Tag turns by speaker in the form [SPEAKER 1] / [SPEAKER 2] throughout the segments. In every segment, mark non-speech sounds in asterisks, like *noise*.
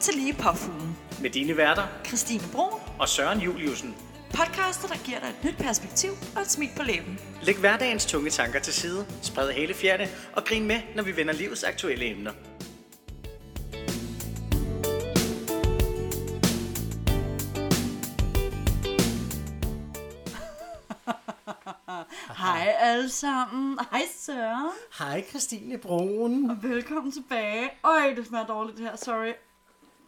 [SPEAKER 1] tillige påfuglen.
[SPEAKER 2] Med dine værter
[SPEAKER 1] Christine Brun,
[SPEAKER 2] og Søren Juliusen.
[SPEAKER 1] podcaster, der giver dig et nyt perspektiv og et smil på læben.
[SPEAKER 2] Læg hverdagens tunge tanker til side, spred hele fjerne og grin med, når vi vender livets aktuelle emner.
[SPEAKER 3] Hej alle sammen. Hej Søren.
[SPEAKER 4] Hej Christine Broen.
[SPEAKER 3] Og velkommen tilbage. Øj, det smager dårligt det her. Sorry.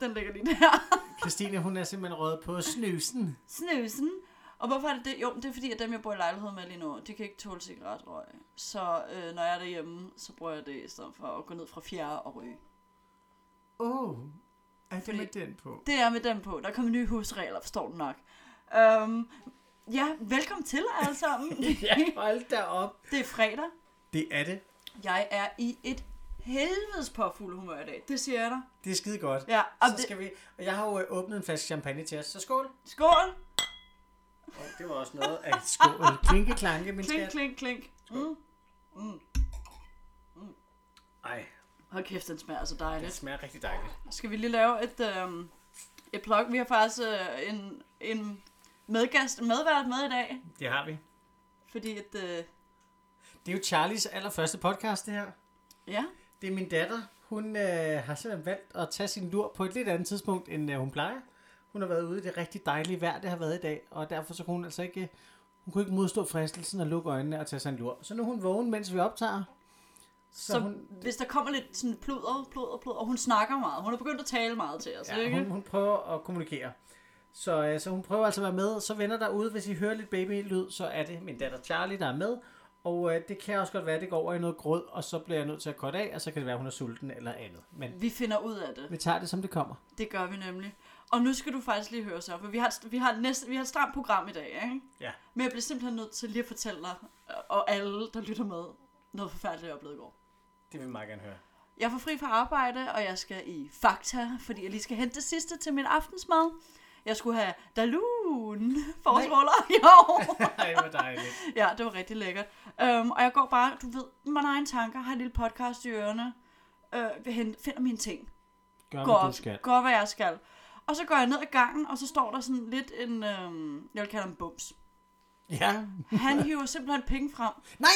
[SPEAKER 3] Den ligger lige der. *laughs*
[SPEAKER 4] Christine, hun er simpelthen rød på snusen.
[SPEAKER 3] Snusen. Og hvorfor er det det? Jo, det er fordi, at dem, jeg bor i lejlighed med lige nu, de kan ikke tåle cigaretrøg. Så øh, når jeg er derhjemme, så bruger jeg det i stedet for at gå ned fra fjerde og ryge.
[SPEAKER 4] Åh, oh, er det
[SPEAKER 3] Fordi-
[SPEAKER 4] med den på?
[SPEAKER 3] Det er med den på. Der kommer nye husregler, forstår du nok. Øhm, ja, velkommen til alle
[SPEAKER 4] *laughs*
[SPEAKER 3] sammen.
[SPEAKER 4] Hold da op.
[SPEAKER 3] det er fredag.
[SPEAKER 4] Det er det.
[SPEAKER 3] Jeg er i et helvedes påfuld humør i dag. Det siger jeg dig.
[SPEAKER 4] Det er skide godt.
[SPEAKER 3] Ja, og
[SPEAKER 4] Så
[SPEAKER 3] det,
[SPEAKER 4] skal vi... Og jeg har jo øh, åbnet en flaske champagne til os, så skål.
[SPEAKER 3] skål.
[SPEAKER 4] Oh, det var også noget af et skål. Klinke klanke, min
[SPEAKER 3] Klink,
[SPEAKER 4] skat.
[SPEAKER 3] klink, klink. Mm.
[SPEAKER 2] Ej,
[SPEAKER 3] Hold kæft, den smager så
[SPEAKER 2] det
[SPEAKER 3] dejligt.
[SPEAKER 2] smager rigtig dejligt.
[SPEAKER 3] Skal vi lige lave et, øh, et plug? Vi har faktisk øh, en, en medgast, medvært med i dag,
[SPEAKER 2] Det har vi.
[SPEAKER 3] fordi at, øh,
[SPEAKER 4] Det er jo Charlies allerførste podcast, det her.
[SPEAKER 3] ja,
[SPEAKER 4] Det er min datter. Hun øh, har simpelthen valgt at tage sin lur på et lidt andet tidspunkt, end øh, hun plejer. Hun har været ude i det rigtig dejlige vejr, det har været i dag, og derfor så kunne hun altså ikke, hun kunne ikke modstå fristelsen og lukke øjnene og tage sig en lur. Så nu er hun vågen, mens vi optager. Så,
[SPEAKER 3] så
[SPEAKER 4] hun,
[SPEAKER 3] hvis der kommer lidt sådan pluder, pluder, pluder, og hun snakker meget, hun har begyndt at tale meget til os, ja,
[SPEAKER 4] ja,
[SPEAKER 3] ikke?
[SPEAKER 4] hun, hun prøver at kommunikere. Så, øh, så hun prøver altså at være med. Så venner derude, hvis I hører lidt babylyd, så er det min datter Charlie, der er med. Og øh, det kan også godt være, at det går over i noget grød, og så bliver jeg nødt til at korte af, og så kan det være, at hun er sulten eller andet. Men
[SPEAKER 3] Vi finder ud af det.
[SPEAKER 4] vi tager det, som det kommer.
[SPEAKER 3] Det gør vi nemlig. Og nu skal du faktisk lige høre så, for vi har, vi har, næste, vi har et stramt program i dag, ikke?
[SPEAKER 4] Ja.
[SPEAKER 3] Men jeg bliver simpelthen nødt til lige at fortælle dig, øh, og alle, der lytter med, noget forfærdeligt, jeg oplevede i går.
[SPEAKER 4] Det vil vi meget gerne høre.
[SPEAKER 3] Jeg får fri fra arbejde, og jeg skal i Fakta, fordi jeg lige skal hente det sidste til min aftensmad. Jeg skulle have Dalun forårsruller. Jo,
[SPEAKER 4] Ej, hvor dejligt.
[SPEAKER 3] ja, det var rigtig lækkert. Um, og jeg går bare, du ved, med mine egne tanker, har en lille podcast i ørerne, uh, finder mine ting.
[SPEAKER 4] Gør,
[SPEAKER 3] Går,
[SPEAKER 4] hvad du skal.
[SPEAKER 3] op, går, hvad jeg skal. Og så går jeg ned ad gangen, og så står der sådan lidt en, øhm, jeg vil kalde ham bums.
[SPEAKER 4] Ja. *laughs*
[SPEAKER 3] Han hiver simpelthen penge frem,
[SPEAKER 4] Nej!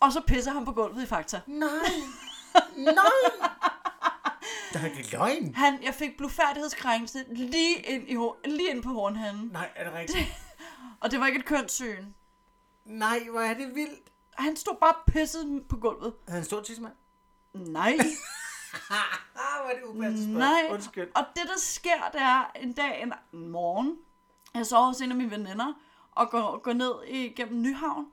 [SPEAKER 3] og så pisser han på gulvet i Fakta.
[SPEAKER 4] Nej! Nej! Der er ikke løgn.
[SPEAKER 3] Han, jeg fik blufærdighedskrænkelse lige ind, i, hår- lige ind på hornhanden.
[SPEAKER 4] Nej, er det rigtigt?
[SPEAKER 3] Og det var ikke et kønssyn.
[SPEAKER 4] Nej, hvor er det vildt.
[SPEAKER 3] Han stod bare pisset på gulvet.
[SPEAKER 4] Er han en stor tidsmand?
[SPEAKER 3] Nej,
[SPEAKER 4] Ah, hvor er det upassende spørgsmål.
[SPEAKER 3] nej.
[SPEAKER 4] *laughs* Undskyld.
[SPEAKER 3] Og det, der sker, det er en dag, en en morgen, jeg sover hos en af mine veninder, og går, går ned igennem Nyhavn.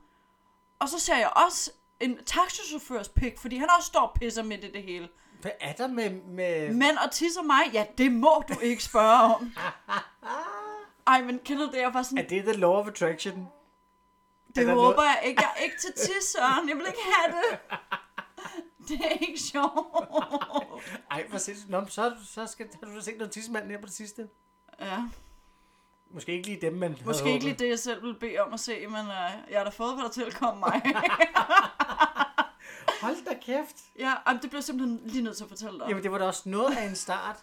[SPEAKER 3] Og så ser jeg også en taxichaufførs pik, fordi han også står og pisser midt i det hele.
[SPEAKER 4] Hvad er der med... med...
[SPEAKER 3] Men at tisse mig, ja, det må du ikke spørge
[SPEAKER 4] *laughs*
[SPEAKER 3] om. Ej, men kender du det? Jeg var sådan,
[SPEAKER 4] Er det the law of attraction?
[SPEAKER 3] Det
[SPEAKER 4] der
[SPEAKER 3] håber jeg ikke. Jeg er ikke til tis, Søren. Jeg vil ikke have det.
[SPEAKER 4] *laughs*
[SPEAKER 3] Det er ikke sjovt.
[SPEAKER 4] Ej, hvor sindssygt. Nå, men så, så skal, har du da set noget tidsmand her på det sidste.
[SPEAKER 3] Ja,
[SPEAKER 4] Måske ikke lige dem, man havde
[SPEAKER 3] måske ikke
[SPEAKER 4] håbet.
[SPEAKER 3] lige det, jeg selv ville bede om at se, men uh, jeg har da fået, hvad der
[SPEAKER 4] *laughs*
[SPEAKER 3] tilkom mig.
[SPEAKER 4] Hold da kæft.
[SPEAKER 3] ja, jamen, det blev jeg simpelthen lige nødt til at fortælle dig. om.
[SPEAKER 4] Jamen, det var da også noget af en start.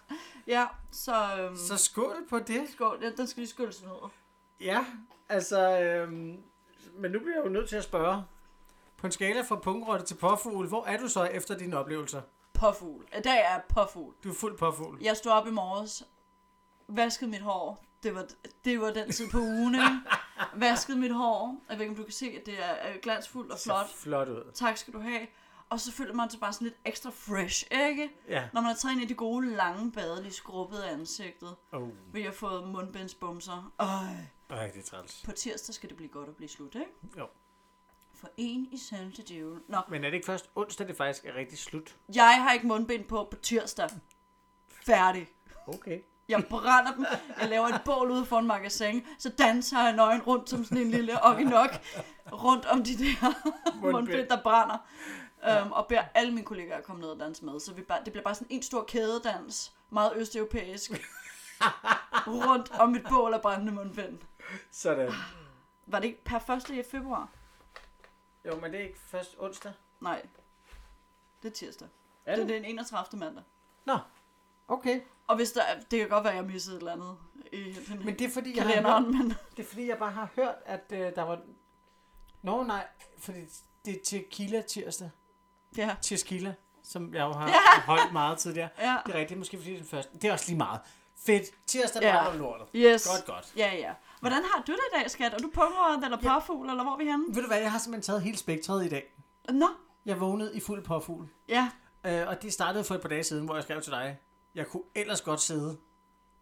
[SPEAKER 3] Ja, så... Øhm,
[SPEAKER 4] Så skål på det.
[SPEAKER 3] skål. Ja, den skal lige skyldes ned.
[SPEAKER 4] Ja, altså, øhm, men nu bliver jeg jo nødt til at spørge. På en skala fra pungrotte til påfugl, hvor er du så efter dine oplevelser?
[SPEAKER 3] Påfugl. I dag er jeg påfugl.
[SPEAKER 4] Du er fuld påfugl.
[SPEAKER 3] Jeg stod op i morges, vaskede mit hår. Det var, det var den tid på
[SPEAKER 4] *laughs*
[SPEAKER 3] ugen, ikke? Vaskede mit hår. Jeg ved ikke, om du kan se, at det er øh, glansfuldt og flot.
[SPEAKER 4] flot ud.
[SPEAKER 3] tak skal du have. Og så føler man sig bare sådan lidt ekstra fresh, ikke?
[SPEAKER 4] Ja.
[SPEAKER 3] Når man har taget en af de gode lange bade, lige skrubbet af ansigtet,
[SPEAKER 4] Oh,
[SPEAKER 3] vil jeg få mundbindsbumser. Øj,
[SPEAKER 4] ej, det er træls.
[SPEAKER 3] på tirsdag skal det blive godt at blive slut, ikke?
[SPEAKER 4] Jo.
[SPEAKER 3] For en i sendte djævel. Nå,
[SPEAKER 4] Men er det ikke først onsdag, det faktisk er rigtig slut?
[SPEAKER 3] jeg har ikke mundbind på på tirsdag. Færdig.
[SPEAKER 4] Okay.
[SPEAKER 3] Jeg brænder dem. Jeg laver et bål ude foran magasin. Så danser jeg nøgen rundt som sådan en lille okinok. Rundt om de der mundbind, der brænder. Um, og beder alle mine kollegaer at komme ned og danse med. Så vi bare, det bliver bare sådan en stor kædedans. Meget østeuropæisk. rundt om et bål af brændende mundbind.
[SPEAKER 4] Sådan.
[SPEAKER 3] Var det ikke per 1. februar?
[SPEAKER 4] Jo, men det er ikke først onsdag.
[SPEAKER 3] Nej. Det er tirsdag.
[SPEAKER 4] Er
[SPEAKER 3] Det er den 31. mandag.
[SPEAKER 4] Nå, okay.
[SPEAKER 3] Og hvis der, er- det kan godt være, at jeg missede et eller andet i den
[SPEAKER 4] Men det er fordi, jeg har hørt,
[SPEAKER 3] kalenderen, men
[SPEAKER 4] det er, fordi jeg bare har hørt, at øh, der var... Nå nej, fordi det er tequila tirsdag.
[SPEAKER 3] ja.
[SPEAKER 4] Tequila, som jeg jo har
[SPEAKER 3] Ja.
[SPEAKER 4] ja. holdt meget tidligere.
[SPEAKER 3] ja.
[SPEAKER 4] Det er rigtigt, måske fordi det er den første. Det er også lige meget. Fedt. Tirsdag
[SPEAKER 3] Ja.
[SPEAKER 4] ja. bare om lortet.
[SPEAKER 3] Yes.
[SPEAKER 4] Godt, godt.
[SPEAKER 3] Ja, ja. Hvordan har du det i dag, skat? Er du pungrød eller påfugl, eller hvor er vi henne?
[SPEAKER 4] Ved du hvad, jeg har simpelthen taget hele spektret i dag.
[SPEAKER 3] Nå,
[SPEAKER 4] Jeg vågnede i fuld påfugl.
[SPEAKER 3] ja.
[SPEAKER 4] Øh, og det startede for et par dage siden, hvor jeg skrev til dig, jeg kunne ellers godt sidde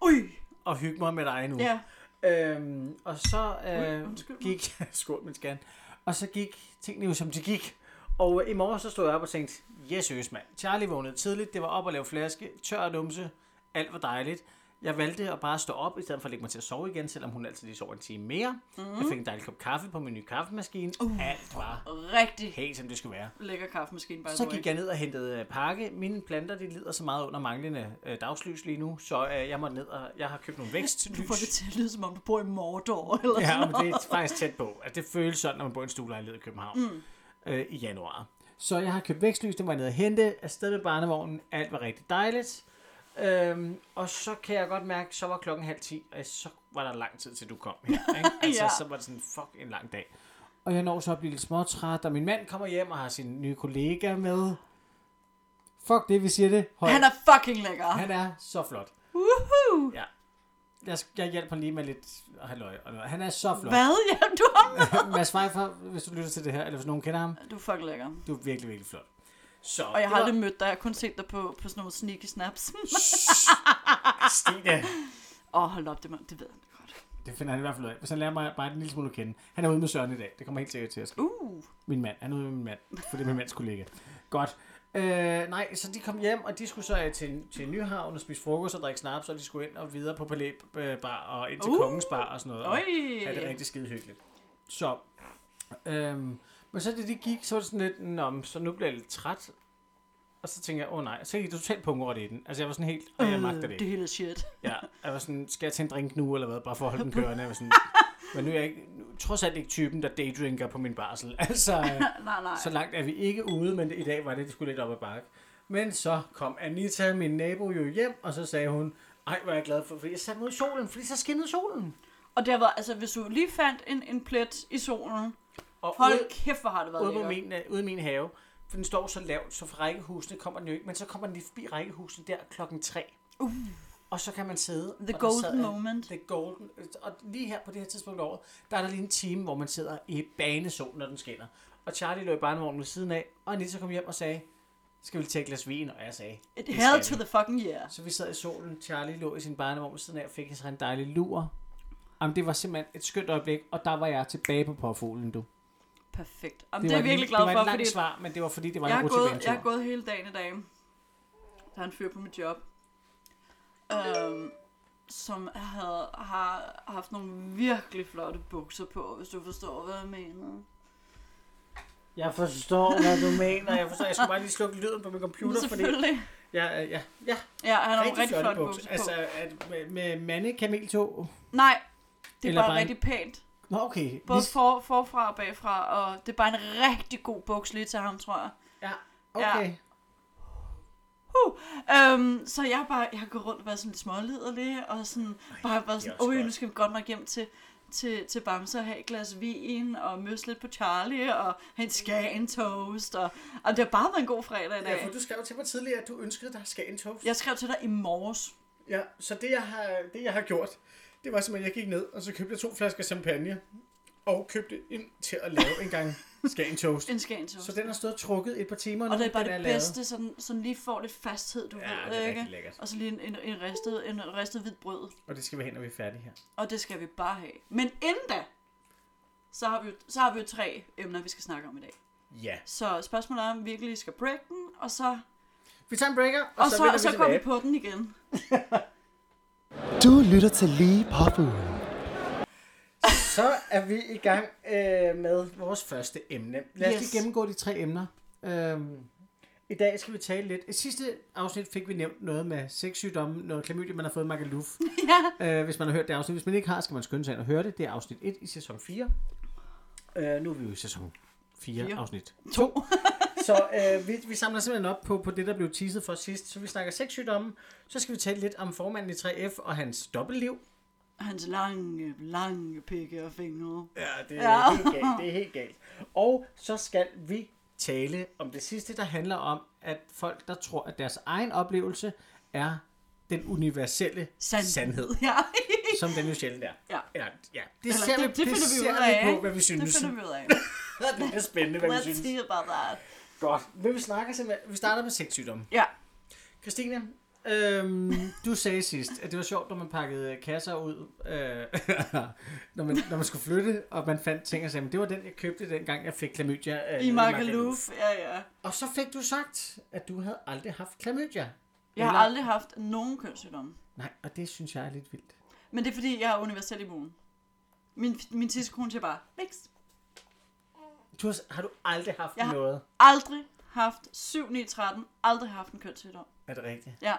[SPEAKER 3] Ui,
[SPEAKER 4] og hygge mig med dig nu.
[SPEAKER 3] ja.
[SPEAKER 4] Øhm, og så øh,
[SPEAKER 3] undskyld mig.
[SPEAKER 4] gik... *laughs* Skål, min skan. Og så gik tingene jo, som de gik. Og øh, i morgen så stod jeg op og tænkte, yes, mand. Charlie vågnede tidligt, det var op og lave flaske, tør og numse, alt var dejligt. Jeg valgte at bare stå op, i stedet for at lægge mig til at sove igen, selvom hun altid lige sover en time mere. Mm.
[SPEAKER 3] Mm-hmm.
[SPEAKER 4] Jeg fik en dejlig kop kaffe på min nye kaffemaskine. Uh. Alt var
[SPEAKER 3] Rigtig
[SPEAKER 4] helt, som det skulle være.
[SPEAKER 3] lækker kaffemaskine, by the
[SPEAKER 4] Så
[SPEAKER 3] way.
[SPEAKER 4] gik jeg ned og hentede øh, pakke. Mine planter, de lider så meget under manglende øh, dagslys lige nu, så øh, jeg må ned og jeg har købt nogle vækstlys.
[SPEAKER 3] *laughs* Du får det til at lyde, som om du bor i Mordor, eller
[SPEAKER 4] Ja,
[SPEAKER 3] sådan
[SPEAKER 4] men det er faktisk tæt på. Altså, det føles sådan, når man bor i en stuelejlighed i København mm. øh, i januar. Så jeg har købt vækstlys, det var jeg nede at hente, afsted med barnevognen, alt var rigtig dejligt. Øhm, og så kan jeg godt mærke, så var klokken halv ti, og så var der lang tid, til du kom her.
[SPEAKER 3] *laughs*
[SPEAKER 4] Ikke? Altså,
[SPEAKER 3] Ja.
[SPEAKER 4] så var det sådan, fuck, en lang dag. Og jeg når så at blive lidt småtræt, og min mand kommer hjem og har sin nye kollega med. Fuck det, vi siger det. Høj.
[SPEAKER 3] Han er fucking lækker.
[SPEAKER 4] han er så flot.
[SPEAKER 3] Woohoo!
[SPEAKER 4] Ja. Jeg, jeg hjælper lige med lidt halløj. og noget. Han er så flot.
[SPEAKER 3] Hvad? Ja, du har med.
[SPEAKER 4] Mads Pfeiffer, hvis du lytter til det her, eller hvis nogen kender ham,
[SPEAKER 3] Du er fucking lækker.
[SPEAKER 4] du er virkelig, virkelig flot. Så,
[SPEAKER 3] Og jeg har
[SPEAKER 4] det
[SPEAKER 3] aldrig mødt dig, jeg har kun set dig på, på sådan nogle sneaky snaps.
[SPEAKER 4] var- *laughs* Stine.
[SPEAKER 3] Åh, oh, hold op, det, må- det ved han godt.
[SPEAKER 4] Det finder han i hvert fald ud af. Hvis han lærer mig bare en lille smule at kende. Han er ude med Søren i dag. Det kommer helt sikkert til at ske.
[SPEAKER 3] Uh,
[SPEAKER 4] Min mand. Han er ude med min mand. For det er min mands kollega. Godt. Øh, nej, så de kom hjem, og de skulle så øh, til, til Nyhavn og spise frokost og drikke snaps, og de skulle ind og videre på Palæ-bar og ind til
[SPEAKER 3] Uh.
[SPEAKER 4] uh. Kongens Bar og sådan noget. Og,
[SPEAKER 3] Oj.
[SPEAKER 4] Ja,
[SPEAKER 3] Øh,
[SPEAKER 4] det er rigtig skide hyggeligt. Så, øhm, men så da de gik, så var det sådan lidt, Nå, men så nu bliver jeg lidt træt. Og så tænker jeg, åh oh, nej, så gik det totalt punkt i den. Altså jeg var sådan helt, og jeg magter det
[SPEAKER 3] Øh, det
[SPEAKER 4] ikke.
[SPEAKER 3] hele er shit.
[SPEAKER 4] Ja, jeg var sådan, skal jeg tage en drink nu eller hvad, bare for at holde den kørende. Jeg var
[SPEAKER 3] *laughs*
[SPEAKER 4] sådan, men nu er jeg ikke, nu, trods alt ikke typen, der daydrinker på min barsel. *laughs* Altså, øh,
[SPEAKER 3] nej, nej.
[SPEAKER 4] så langt er vi ikke ude, men i dag var det, det skulle lidt op ad bakke. Men så kom Anita, min nabo, jo hjem, og så sagde hun, ej, hvor er jeg glad for, fordi jeg satte mod solen, fordi så skinnede solen.
[SPEAKER 3] Og det har været, altså hvis du lige fandt en, en plet i solen,
[SPEAKER 4] Og ude-
[SPEAKER 3] hold kæft, hvor har det været
[SPEAKER 4] ude, på
[SPEAKER 3] lækkert.
[SPEAKER 4] min, øh, ude i min have, for den står så lavt, så fra rækkehusene kommer den jo ikke, men så kommer den lige forbi rækkehusene der klokken 3. Uh. Og så kan man sidde... og
[SPEAKER 3] The
[SPEAKER 4] der
[SPEAKER 3] golden
[SPEAKER 4] jeg-
[SPEAKER 3] moment.
[SPEAKER 4] The golden... øh, Og lige her på det her tidspunkt over, der er der lige en time, hvor man sidder i banesolen, når den skinner. Og Charlie lå i barnevognen ved siden af, og Anita kom hjem og sagde, skal vi tage et glas vin? Og jeg sagde,
[SPEAKER 3] It
[SPEAKER 4] "Det
[SPEAKER 3] hell to
[SPEAKER 4] skal vi."
[SPEAKER 3] the fucking yeah.
[SPEAKER 4] Så vi sad i solen, Charlie lå i sin barnevogn ved siden af og fik sig en dejlig lur. Jamen, det var simpelthen et skønt øjeblik, og der var jeg tilbage på påfuglen, du.
[SPEAKER 3] Perfekt. Jamen, det, det
[SPEAKER 4] var
[SPEAKER 3] er jeg
[SPEAKER 4] et-
[SPEAKER 3] virkelig glad
[SPEAKER 4] Det var
[SPEAKER 3] for,
[SPEAKER 4] et
[SPEAKER 3] fordi
[SPEAKER 4] langt svar, men det var fordi, det var
[SPEAKER 3] jeg
[SPEAKER 4] en
[SPEAKER 3] har, gået,
[SPEAKER 4] rutiventur.
[SPEAKER 3] jeg har gået hele dagen i dag. Der er en fyr på mit job, øhm, som havde, har haft nogle virkelig flotte bukser på, hvis du forstår, hvad jeg mener.
[SPEAKER 4] Jeg forstår, hvad du mener. Jeg forstår, jeg skulle bare lige slukke lyden på min computer, fordi...
[SPEAKER 3] Selvfølgelig.
[SPEAKER 4] Ja, øh, ja, ja.
[SPEAKER 3] Ja, han har
[SPEAKER 4] Rigtig,
[SPEAKER 3] nogle rigtig flotte bukser, på.
[SPEAKER 4] Altså, at, med, med mande kameltog.
[SPEAKER 3] Nej, det er
[SPEAKER 4] Eller
[SPEAKER 3] bare,
[SPEAKER 4] bare en-
[SPEAKER 3] rigtig pænt.
[SPEAKER 4] Nå, okay.
[SPEAKER 3] Både
[SPEAKER 4] Lige-
[SPEAKER 3] for, forfra og bagfra, og det er bare en rigtig god buks lige til ham, tror jeg.
[SPEAKER 4] Ja, okay.
[SPEAKER 3] Uh, øhm, så jeg har bare, jeg har gået rundt og været sådan lidt småliderlig, og sådan, bare været sådan,
[SPEAKER 2] også
[SPEAKER 3] åh,
[SPEAKER 2] godt."
[SPEAKER 3] nu skal vi godt nok hjem til, til, til Bamse og have et glas vin, og møs lidt på Charlie, og have en skagen toast, og, og det har bare været en god fredag i
[SPEAKER 2] Ja,
[SPEAKER 3] dag.
[SPEAKER 2] for du skrev til mig tidligere, at du ønskede dig Skagen Toast.
[SPEAKER 3] Jeg skrev til dig i morges.
[SPEAKER 2] Ja, så det jeg, har, det jeg har gjort, det var simpelthen, at jeg gik ned, og så købte jeg to flasker champagne, og købte ind til at lave en
[SPEAKER 3] *laughs*
[SPEAKER 2] gang Skagen Toast.
[SPEAKER 3] En skagen toast.
[SPEAKER 4] Så den har stået og trukket et par timer nu.
[SPEAKER 3] og det er bare
[SPEAKER 4] den
[SPEAKER 3] det
[SPEAKER 4] lavet.
[SPEAKER 3] bedste, sådan, sådan lige får lidt fasthed, du
[SPEAKER 2] Ja,
[SPEAKER 3] ved,
[SPEAKER 2] det er
[SPEAKER 3] ikke?
[SPEAKER 2] rigtig lækkert.
[SPEAKER 3] Og så lige en, en, en, ristet, en ristet hvid brød.
[SPEAKER 4] Og det skal vi hen, når vi er færdige her.
[SPEAKER 3] Og det skal vi bare have. Men inden da, så har vi, jo- så har vi jo tre emner, vi skal snakke om i dag.
[SPEAKER 2] Ja.
[SPEAKER 3] Så spørgsmålet er, om vi virkelig skal break den, og så, og
[SPEAKER 4] Vi tager en breaker, og,
[SPEAKER 3] og så,
[SPEAKER 4] vender
[SPEAKER 3] og så
[SPEAKER 4] vi
[SPEAKER 3] går vi
[SPEAKER 4] tilbage.
[SPEAKER 3] på den igen.
[SPEAKER 5] Du lytter til Lige Påfuglen.
[SPEAKER 4] Så er vi i gang øh, med vores første emne. Lad os
[SPEAKER 3] Yes.
[SPEAKER 4] yes. lige gennemgå de tre emner. Øhm, I dag skal vi tale lidt. I sidste afsnit fik vi nævnt noget med sexsygdomme, noget klamydia, man har fået
[SPEAKER 3] *laughs*
[SPEAKER 4] magaluf. ja. øh, hvis man har hørt det afsnit. Hvis man ikke har, skal man skynde sig ind og høre det. Det er afsnit 1 i sæson 4. Øh, nu er vi jo i sæson 4,
[SPEAKER 3] Fire.
[SPEAKER 4] 4. afsnit 2. *laughs* Så øh, vi, vi samler simpelthen op på, på det, der blev teaset for sidst. Så vi snakker sexsygdomme. Så skal vi tale lidt om formanden i 3F og hans dobbeltliv.
[SPEAKER 3] Hans lange, lange pikke og fingre.
[SPEAKER 4] Ja, det er,
[SPEAKER 3] Ja.
[SPEAKER 4] ja. Helt galt, det er helt galt. Og så skal vi tale om det sidste, der handler om, at folk, der tror, at deres egen oplevelse er den universelle
[SPEAKER 3] Sand.
[SPEAKER 4] sandhed,
[SPEAKER 3] Ja.
[SPEAKER 4] som den jo sjældent er.
[SPEAKER 3] Ja.
[SPEAKER 4] Eller, ja. Det,
[SPEAKER 3] Eller,
[SPEAKER 4] ser,
[SPEAKER 3] det,
[SPEAKER 4] vi,
[SPEAKER 3] det, finder vi
[SPEAKER 4] ser
[SPEAKER 3] ud af.
[SPEAKER 4] vi på,
[SPEAKER 3] ikke?
[SPEAKER 4] hvad vi synes.
[SPEAKER 3] Det finder vi ud af.
[SPEAKER 4] Det er spændende, hvad vi
[SPEAKER 3] Let's
[SPEAKER 4] synes.
[SPEAKER 3] see about that.
[SPEAKER 4] Godt. Men vi snakker simpelthen, vi starter med sexsygdomme.
[SPEAKER 3] Ja.
[SPEAKER 4] Christine, øhm, du sagde sidst, at det var sjovt, når man pakkede kasser ud, øh, *laughs* når, man, når man skulle flytte, og man fandt ting og sagde, "Men det var den, jeg købte dengang, jeg fik klamydia. Øh,
[SPEAKER 3] I Magaluf. Ja, ja.
[SPEAKER 4] Og så fik du sagt, at du havde aldrig haft klamydia.
[SPEAKER 3] Jeg har
[SPEAKER 4] Eller-
[SPEAKER 3] aldrig haft nogen kønssygdomme.
[SPEAKER 4] Nej, og det synes jeg er lidt vildt.
[SPEAKER 3] Men det er fordi, jeg er universel immun. Min, min tidskone siger bare, niks.
[SPEAKER 4] Du har, har du aldrig haft
[SPEAKER 3] Jeg har-
[SPEAKER 4] noget?
[SPEAKER 3] Aldrig haft 7, 9, 13. Aldrig haft en kønssygdom.
[SPEAKER 4] Er det rigtigt?
[SPEAKER 3] Ja.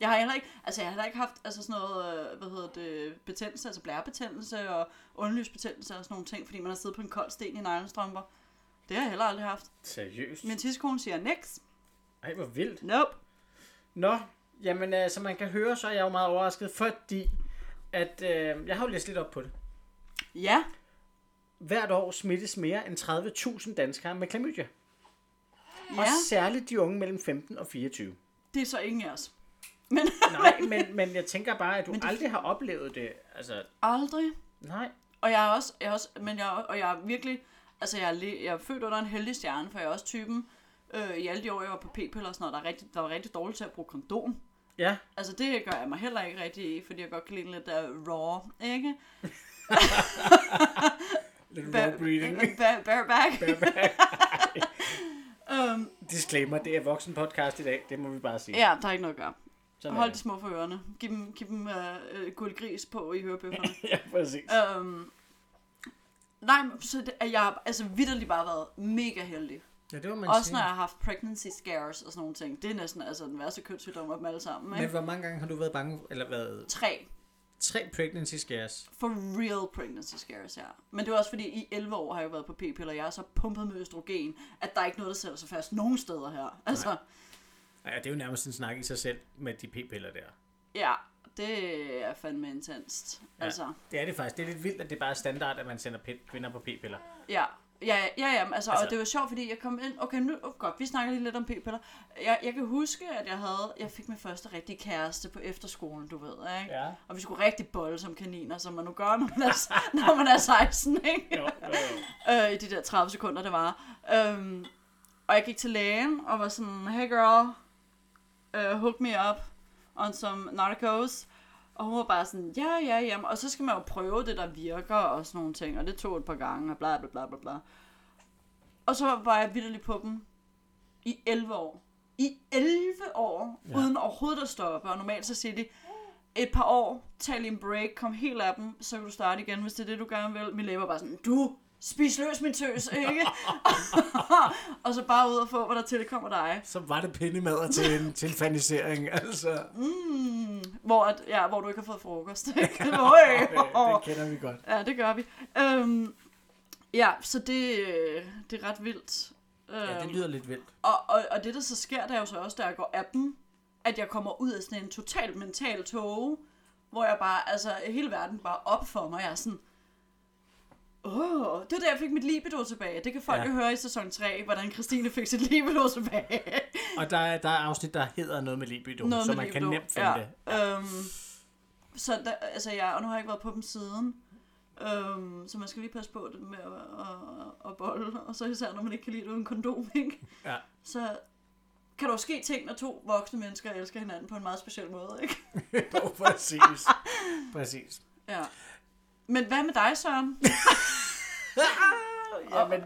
[SPEAKER 3] Jeg har heller ikke, altså jeg har heller ikke haft altså sådan noget, øh, hvad hedder det, betændelse, altså blærebetændelse og underlysbetændelse og sådan nogle ting, fordi man har siddet på en kold sten i neglestrømper. Det har jeg heller aldrig haft.
[SPEAKER 4] Seriøst?
[SPEAKER 3] Min tidskone siger, niks.
[SPEAKER 4] Ej, hvor vildt.
[SPEAKER 3] Nope.
[SPEAKER 4] Nå, jamen øh, som man kan høre, så er jeg jo meget overrasket, fordi at, øh, jeg har jo læst lidt op på det.
[SPEAKER 3] Ja,
[SPEAKER 4] Hvert år smittes mere end 30.000 danskere med klamydia. Ja. Og
[SPEAKER 3] ja.
[SPEAKER 4] særligt de unge mellem 15 og 24.
[SPEAKER 3] Det er så ingen af os. Men *laughs*
[SPEAKER 4] Nej, men, men jeg tænker bare, at du
[SPEAKER 3] Men
[SPEAKER 4] det...
[SPEAKER 3] det-
[SPEAKER 4] aldrig har oplevet det. Altså,
[SPEAKER 3] aldrig.
[SPEAKER 4] nej.
[SPEAKER 3] Og jeg er også, jeg er også men jeg, er- og jeg er virkelig, altså jeg er, le- jeg er født under en heldig stjerne, for jeg er også typen, øh, i alle de år, jeg var på p-piller og sådan noget, der, er rigtig, der var rigtig dårligt til at bruge kondom.
[SPEAKER 4] Ja,
[SPEAKER 3] Altså det gør jeg mig heller ikke rigtig i, fordi jeg godt kan lide lidt af raw, ikke?
[SPEAKER 4] lidt
[SPEAKER 3] Bare- *laughs* bare- Bareback. Øhm,
[SPEAKER 4] Disclaimer, det er voksen podcast i dag, det må vi bare sige.
[SPEAKER 3] ja, der er ikke noget at gøre.
[SPEAKER 4] Sådan
[SPEAKER 3] Hold
[SPEAKER 4] er
[SPEAKER 3] de små for ørerne. Giv dem, giv dem øh, øh, guldgris på i hørebøfferne.
[SPEAKER 4] det. *laughs* Ja, præcis.
[SPEAKER 3] øhm, nej, men så det, at jeg har altså vidderligt bare været mega heldig.
[SPEAKER 4] Ja, det var man
[SPEAKER 3] Også når jeg har haft pregnancy scares og sådan nogle ting. Det er næsten altså den værste kønssygdom af dem alle sammen.
[SPEAKER 4] Men
[SPEAKER 3] Ikke?
[SPEAKER 4] hvor mange gange har du været bange, eller været
[SPEAKER 3] Tre.
[SPEAKER 4] tre pregnancy scares?
[SPEAKER 3] For real pregnancy scares, ja. Men det er også fordi, i 11 år har jeg været på p-piller, og jeg er så pumpet med østrogen, at der er ikke noget, der sætter sig fast nogen steder her. Altså, nej.
[SPEAKER 4] Ja, det er jo nærmest en snak i sig selv med de p-piller der.
[SPEAKER 3] ja, det er fandme intenst. Ja. Altså,
[SPEAKER 4] Det er det faktisk. Det er lidt vildt, at det bare er standard, at man sender p- kvinder på p-piller.
[SPEAKER 3] Ja, ja, ja, ja men altså, altså,
[SPEAKER 4] Altså-
[SPEAKER 3] og det var sjovt, fordi jeg kom ind, okay, nu, oh, godt, vi snakker lige lidt om p-piller. Jeg, jeg kan huske, at jeg havde, jeg fik min første rigtige kæreste på efterskolen, du ved, ikke?
[SPEAKER 4] Ja.
[SPEAKER 3] Og vi skulle rigtig bolle som kaniner, som man nu gør, når man er, *laughs* når man er 16, ikke?
[SPEAKER 4] Jo, jo, jo.
[SPEAKER 3] øh, i de der 30 sekunder, det var. Øhm, og jeg gik til lægen og var sådan, hey girl, uh, hook me up on some narcos. Og hun var bare sådan, ja, ja, ja. Og så skal man jo prøve det, der virker og sådan nogle ting. Og det tog et par gange og bla bla bla bla bla. Og så var jeg vidderlig på dem i 11 år. I 11 år, ja. uden overhovedet at stoppe. Og normalt så siger de, et par år, tag lige en break, kom helt af dem, så kan du starte igen, hvis det er det, du gerne vil. Min læge var bare sådan, du, spis løs min tøs, ikke? *laughs* og så bare ud og få, hvad der tilkommer dig.
[SPEAKER 4] Så var det pindemader til en tilfanisering, altså.
[SPEAKER 3] Hmm, Hvor, at, ja, hvor du ikke har fået frokost. ikke? *laughs* Øj.
[SPEAKER 4] Det kender vi godt.
[SPEAKER 3] ja, det gør vi. Øhm, ja, så det, øh, det er ret vildt. Øhm,
[SPEAKER 4] Ja, det lyder lidt vildt.
[SPEAKER 3] og, og, og det, der så sker, det er jo så også, da jeg går af dem, at jeg kommer ud af sådan en total mental tåge, hvor jeg bare, altså hele verden bare op for mig. Jeg er sådan, åh, det var der, jeg fik mit libido tilbage. Det kan folk
[SPEAKER 4] Ja.
[SPEAKER 3] ja. jo høre i sæson 3, hvordan Christine fik sit libido tilbage.
[SPEAKER 4] *laughs* Og der er, der er afsnit, der hedder noget med libido,
[SPEAKER 3] Noget
[SPEAKER 4] så
[SPEAKER 3] med
[SPEAKER 4] man
[SPEAKER 3] libido.
[SPEAKER 4] kan nemt finde
[SPEAKER 3] ja.
[SPEAKER 4] det.
[SPEAKER 3] Øhm, så der, altså, jeg, og nu har jeg ikke været på dem siden. Øhm, så man skal lige passe på det med at, at, at bolle, og så især når man ikke kan lide det uden kondom, ikke?
[SPEAKER 4] Ja. *laughs*
[SPEAKER 3] Så kan der jo ske ting, når to voksne mennesker elsker hinanden på en meget speciel måde, ikke?
[SPEAKER 4] Jo, præcis. præcis.
[SPEAKER 3] Ja. Men hvad med dig, Søren?
[SPEAKER 4] Jamen,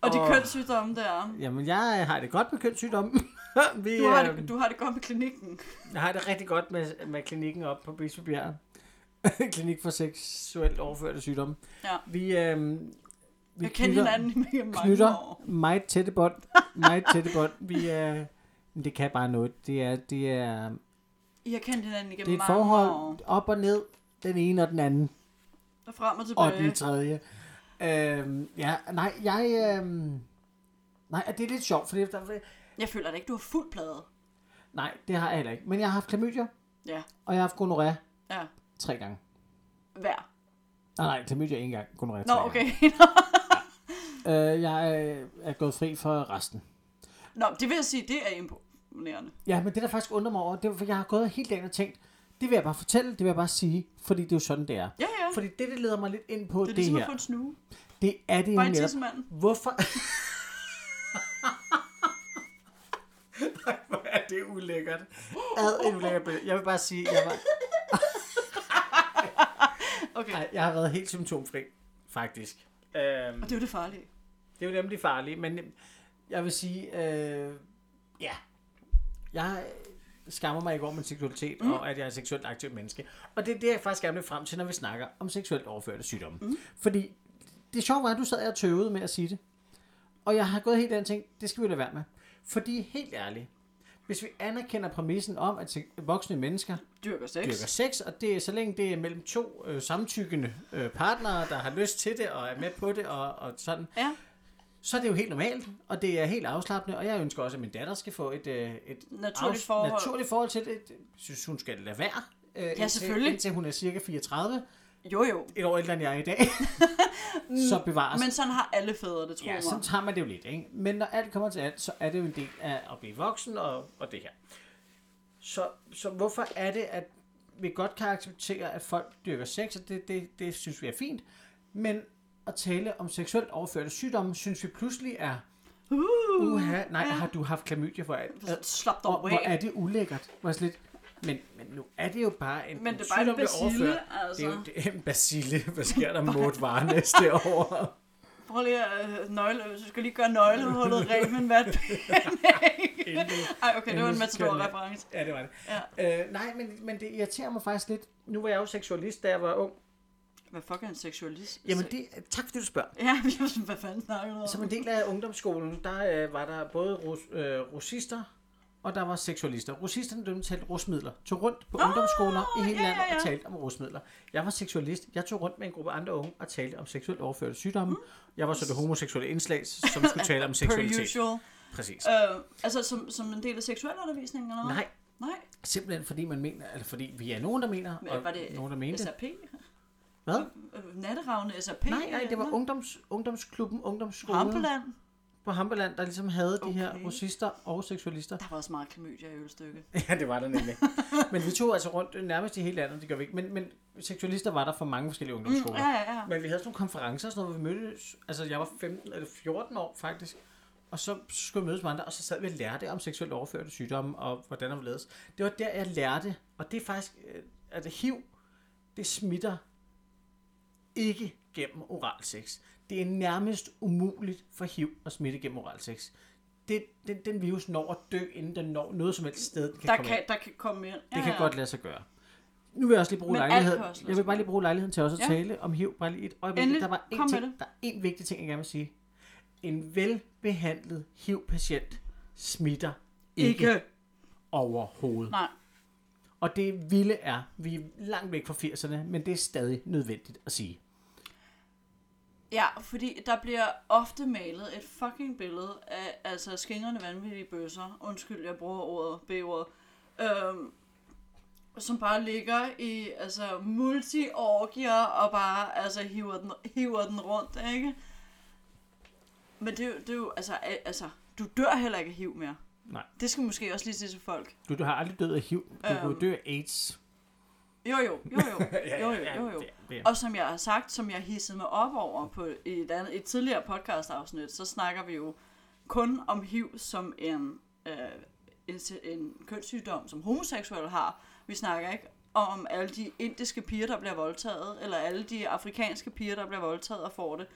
[SPEAKER 3] Og de
[SPEAKER 4] Åh.
[SPEAKER 3] kønssygdomme der.
[SPEAKER 4] jamen, jeg øh, har det godt med kønssygdommen. *laughs* vi,
[SPEAKER 3] Du har,
[SPEAKER 4] øhm,
[SPEAKER 3] det, du har det godt med klinikken.
[SPEAKER 4] Jeg har det rigtig godt med, med klinikken op på Bispebjerg. *laughs* Klinik for seksuelt overførte sygdomme.
[SPEAKER 3] Ja.
[SPEAKER 4] Vi, øh, vi
[SPEAKER 3] Jeg kender hinanden i mega mange
[SPEAKER 4] knytter
[SPEAKER 3] år.
[SPEAKER 4] meget tætte bånd. Meget tætte bånd. Vi, øh, men det kan bare noget. Det er, det er,
[SPEAKER 3] I har kendt hinanden igennem
[SPEAKER 4] det er et
[SPEAKER 3] mange år.
[SPEAKER 4] forhold op og ned. Den ene og den anden.
[SPEAKER 3] Og frem og
[SPEAKER 4] Og Øhm,
[SPEAKER 3] tilbage.
[SPEAKER 4] den tredje. Øh, ja, nej, jeg... Øh, Nej, og det er lidt sjovt, fordi der,
[SPEAKER 3] Jeg føler da ikke, du har fuld plade.
[SPEAKER 4] nej, det har jeg heller ikke. Men jeg har haft klamydia,
[SPEAKER 3] Ja,
[SPEAKER 4] og jeg har haft gonorrhea
[SPEAKER 3] ja.
[SPEAKER 4] tre gange.
[SPEAKER 3] Hver.
[SPEAKER 4] Nej, nej, klamydia en gang, gonorrhea
[SPEAKER 3] Nå,
[SPEAKER 4] tre gange.
[SPEAKER 3] okay. *laughs*
[SPEAKER 4] Øh, jeg øh, er gået fri for resten.
[SPEAKER 3] Nå, det vil jeg sige, det er imponerende.
[SPEAKER 4] Ja, men det der faktisk undrer mig over, det er, for jeg har gået hele dagen og tænkt, det vil jeg bare fortælle, det vil jeg bare sige, fordi det er jo sådan, det er.
[SPEAKER 3] Ja, ja.
[SPEAKER 4] Fordi det, det leder mig lidt ind på
[SPEAKER 3] Det
[SPEAKER 4] det, det
[SPEAKER 3] er ligesom
[SPEAKER 4] her,
[SPEAKER 3] at få en snue.
[SPEAKER 4] det er det
[SPEAKER 3] Bare en
[SPEAKER 4] netop.
[SPEAKER 3] tissemand.
[SPEAKER 4] Hvorfor? *laughs*
[SPEAKER 2] Hvor er det ulækkert.
[SPEAKER 4] Ad, en ulækker billede. Jeg vil bare sige, jeg, var,
[SPEAKER 3] Okay,
[SPEAKER 4] nej, jeg har været helt symptomfri, faktisk. Øhm,
[SPEAKER 3] og det er jo det farlige.
[SPEAKER 4] det er jo nemlig farligt, men øhm, jeg vil sige, øh, ja, jeg skammer mig ikke over min seksualitet, mm. og at jeg er et seksuelt aktivt menneske. Og det er det, jeg faktisk gerne vil frem til, når vi snakker om seksuelt overførte sygdomme. Mm. Fordi det sjove var, at du sad og tøvede med at sige det. Og jeg har gået helt anden ting, det skal vi lade være med. Fordi helt ærligt, hvis vi anerkender præmissen om, at se- voksne mennesker
[SPEAKER 3] Dyrker sex.
[SPEAKER 4] dyrker sex, og det er så længe det er mellem to øh, samtykkende øh, partnere, der har lyst til det og er med på det og, og sådan,
[SPEAKER 3] Ja,
[SPEAKER 4] så er det jo helt normalt, og det er helt afslappende, og jeg ønsker også, at min datter skal få et, øh, et
[SPEAKER 3] Naturligt forhold.
[SPEAKER 4] naturligt forhold til det. Jeg synes, hun skal lade være, øh, ja,
[SPEAKER 3] selvfølgelig.
[SPEAKER 4] indtil hun er cirka 34,
[SPEAKER 3] jo jo.
[SPEAKER 4] et år ældre end jeg er i
[SPEAKER 3] *laughs*
[SPEAKER 4] dag, så bevares.
[SPEAKER 3] Mm, Men sådan har alle fædre det, tror
[SPEAKER 4] Altså- ja,
[SPEAKER 3] jeg.
[SPEAKER 4] så tager man det jo lidt, ikke? Men når alt kommer til alt, så er det jo en del af at blive voksen og, og det her. Så, så hvorfor er det, at vi godt kan acceptere, at folk dyrker sex, og det, det, det synes vi er fint, men at tale om seksuelt overførte sygdomme, synes vi pludselig er
[SPEAKER 3] Uh,
[SPEAKER 4] Uha, nej, har du haft klamydia for alt?
[SPEAKER 3] slap dig
[SPEAKER 4] Og hvor
[SPEAKER 3] af.
[SPEAKER 4] er det ulækkert? Hvor jeg sådan lidt, men, men nu er det jo bare en
[SPEAKER 3] Men
[SPEAKER 4] en
[SPEAKER 3] det er bare en
[SPEAKER 4] sygdom, der
[SPEAKER 3] bacille,
[SPEAKER 4] overfører.
[SPEAKER 3] altså.
[SPEAKER 4] Det er jo det er en basille. Hvad sker
[SPEAKER 3] *laughs*
[SPEAKER 4] der med Mort Vare næste år?
[SPEAKER 3] Prøv lige at øh, nøgle, hvis du skal lige gøre
[SPEAKER 4] *laughs*
[SPEAKER 3] nøglehullet rent med en vatpind. Ej, okay, det var en
[SPEAKER 4] Endelig skal jeg-
[SPEAKER 3] Matador-reference.
[SPEAKER 4] Ja, det var det. Ja. Øh, nej, men, men det irriterer mig faktisk lidt. Nu var jeg jo seksualist, da jeg var ung.
[SPEAKER 3] Hvad fuck er en seksualist?
[SPEAKER 4] Jamen, det, tak fordi du spørger.
[SPEAKER 3] Ja, *laughs* vi har sådan, hvad fanden snakker du om?
[SPEAKER 4] Som en del af ungdomsskolen, der øh, var der både rus, øh, russister, og der var seksualister. Russisterne dem talte rusmidler. Tog rundt på oh, ungdomsskoler i hele
[SPEAKER 3] ja,
[SPEAKER 4] landet
[SPEAKER 3] ja, ja.
[SPEAKER 4] og talte om rusmidler. Jeg var seksualist. Jeg tog rundt med en gruppe andre unge og talte om seksuelt overførte sygdomme. Mm. Jeg var så det homoseksuelle indslag,
[SPEAKER 3] *laughs*
[SPEAKER 4] som skulle tale om
[SPEAKER 3] Per
[SPEAKER 4] seksualitet.
[SPEAKER 3] usual.
[SPEAKER 4] Præcis.
[SPEAKER 3] Øh, altså, som, som en del af seksualundervisningen eller noget?
[SPEAKER 4] Nej,
[SPEAKER 3] Nej.
[SPEAKER 4] simpelthen fordi man mener, eller fordi vi er nogen, der mener,
[SPEAKER 3] Men
[SPEAKER 4] og
[SPEAKER 3] var det altså-
[SPEAKER 4] nogen, der mente.
[SPEAKER 3] SAP?
[SPEAKER 4] Hvad?
[SPEAKER 3] Øh, Natteravne SAP?
[SPEAKER 4] Nej, nej, det var
[SPEAKER 3] eller?
[SPEAKER 4] ungdoms, ungdomsklubben, ungdomsskolen
[SPEAKER 3] Rampeland.
[SPEAKER 4] på Hampeland, der ligesom havde de her
[SPEAKER 3] Okay.
[SPEAKER 4] russister og seksualister.
[SPEAKER 3] Der var også meget klamydia i ølstykket.
[SPEAKER 4] *laughs* Ja, det var der nemlig. men vi tog altså rundt øh, nærmest i hele landet, det gør vi ikke. Men, men seksualister var der fra mange forskellige ungdomsskoler.
[SPEAKER 3] Ja, ja, ja.
[SPEAKER 4] Men vi havde sådan nogle konferencer, og sådan noget, hvor vi mødtes. Altså, jeg var 15 eller 14 år faktisk. Og så skulle jeg mødes med andre, og så sad vi og lærte om seksuelt overførte sygdomme, og hvordan og hvorledes. Det var der, jeg lærte, og det er faktisk, øh, at HIV, det smitter ikke gennem oral sex. Det er nærmest umuligt for HIV at smitte gennem oral sex. Det, den, den virus når at dø, inden den når noget som helst sted, den kan
[SPEAKER 3] Der
[SPEAKER 4] komme
[SPEAKER 3] kan, der kan komme ind.
[SPEAKER 4] det kan godt lade sig gøre. Nu vil jeg også lige bruge
[SPEAKER 3] Men alt
[SPEAKER 4] lejligheden.
[SPEAKER 3] kan også
[SPEAKER 4] Jeg
[SPEAKER 3] lade
[SPEAKER 4] vil
[SPEAKER 3] sig
[SPEAKER 4] bare lige bruge lejligheden til også at
[SPEAKER 3] Ja.
[SPEAKER 4] tale om HIV bare lige et øjeblik.
[SPEAKER 3] Endelig.
[SPEAKER 4] Der var en
[SPEAKER 3] Kom med
[SPEAKER 4] ting,
[SPEAKER 3] det.
[SPEAKER 4] der er en vigtig ting, jeg gerne vil sige. En velbehandlet HIV-patient smitter ikke,
[SPEAKER 3] Ikke.
[SPEAKER 4] ikke. overhovedet.
[SPEAKER 3] Nej.
[SPEAKER 4] Og det vilde er, vi er langt væk fra 80'erne, men det er stadig nødvendigt at sige.
[SPEAKER 3] Ja, fordi der bliver ofte malet et fucking billede af altså skængerne vanvittige bøsser. Undskyld, jeg bruger ordet, B-ordet. Øhm, som bare ligger i altså multiorgier og bare altså hiver den, hiver den rundt, ikke? Men det, er jo- det er jo, altså, al- altså, du dør heller ikke af hiv mere.
[SPEAKER 4] Nej.
[SPEAKER 3] Det skal måske også lige sige til folk.
[SPEAKER 4] Du, du har aldrig død af HIV. Du
[SPEAKER 3] Øhm.
[SPEAKER 4] øhm. kunne dø af AIDS.
[SPEAKER 3] Jo, jo, jo, jo,
[SPEAKER 4] *laughs*
[SPEAKER 3] jo, jo, jo, jo.
[SPEAKER 4] Det, det.
[SPEAKER 3] Og som jeg har sagt, som jeg hissede mig op over på i et, andet, et tidligere podcast-afsnit, så snakker vi jo kun om HIV som en, øh, en, se- en kønssygdom, som homoseksuelle har. Vi snakker ikke om alle de indiske piger, der bliver voldtaget, eller alle de afrikanske piger, der bliver voldtaget og får det.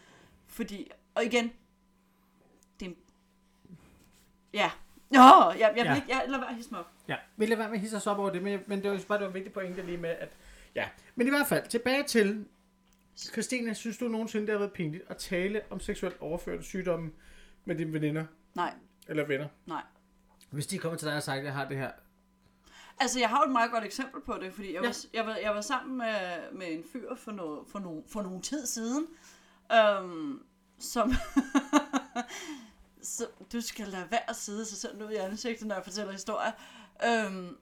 [SPEAKER 3] Fordi, og igen, det er en... Ja. Nå, jeg, jeg, vil
[SPEAKER 4] Ja.
[SPEAKER 3] ikke, jeg, lad være at hisse mig op.
[SPEAKER 4] Ja, vi lader være med at hisse os op over det, men, men det var jo bare det var en vigtig pointe lige med, at... Ja, men i hvert fald, tilbage til... Christine, synes du nogensinde, det har været pinligt at tale om seksuelt overførte sygdomme med dine veninder
[SPEAKER 3] Nej,
[SPEAKER 2] Eller venner.
[SPEAKER 3] nej.
[SPEAKER 4] Hvis de kommer til dig og sagt, at jeg har det her.
[SPEAKER 3] Altså, jeg har jo et meget godt eksempel på det, fordi jeg,
[SPEAKER 4] Ja.
[SPEAKER 3] ja. var, jeg, var, jeg var sammen med, med en fyr for, noget, for, no, for nogen tid siden, øhm, som, *laughs* så du skal lade være at sidde sig selv ud i ansigtet, når jeg fortæller historier, øhm,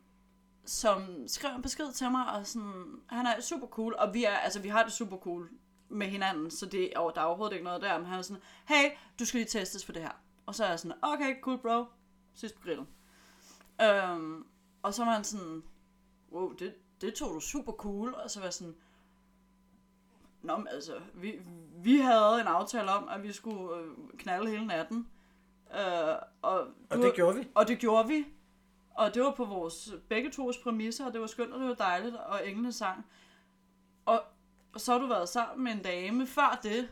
[SPEAKER 3] som skrev en besked til mig, og sådan, han er super cool, og vi, er, altså, vi har det super cool med hinanden, så det, og der er overhovedet ikke noget der, men han er sådan, hey, du skal lige testes for det her. Og så er jeg sådan, okay, cool bro, ses på grillen. Øhm, og så var han sådan, wow, det, det tog du super cool, og så var jeg sådan, Nå, men altså, vi, vi havde en aftale om, at vi skulle øh, knalde hele natten. Øh, og,
[SPEAKER 4] Og
[SPEAKER 3] du-
[SPEAKER 4] det gjorde vi.
[SPEAKER 3] og det gjorde vi. Og det var på vores begge tos præmisser, og det var skønt, og det var dejligt, og englene sang. Og, og så har du været sammen med en dame før det,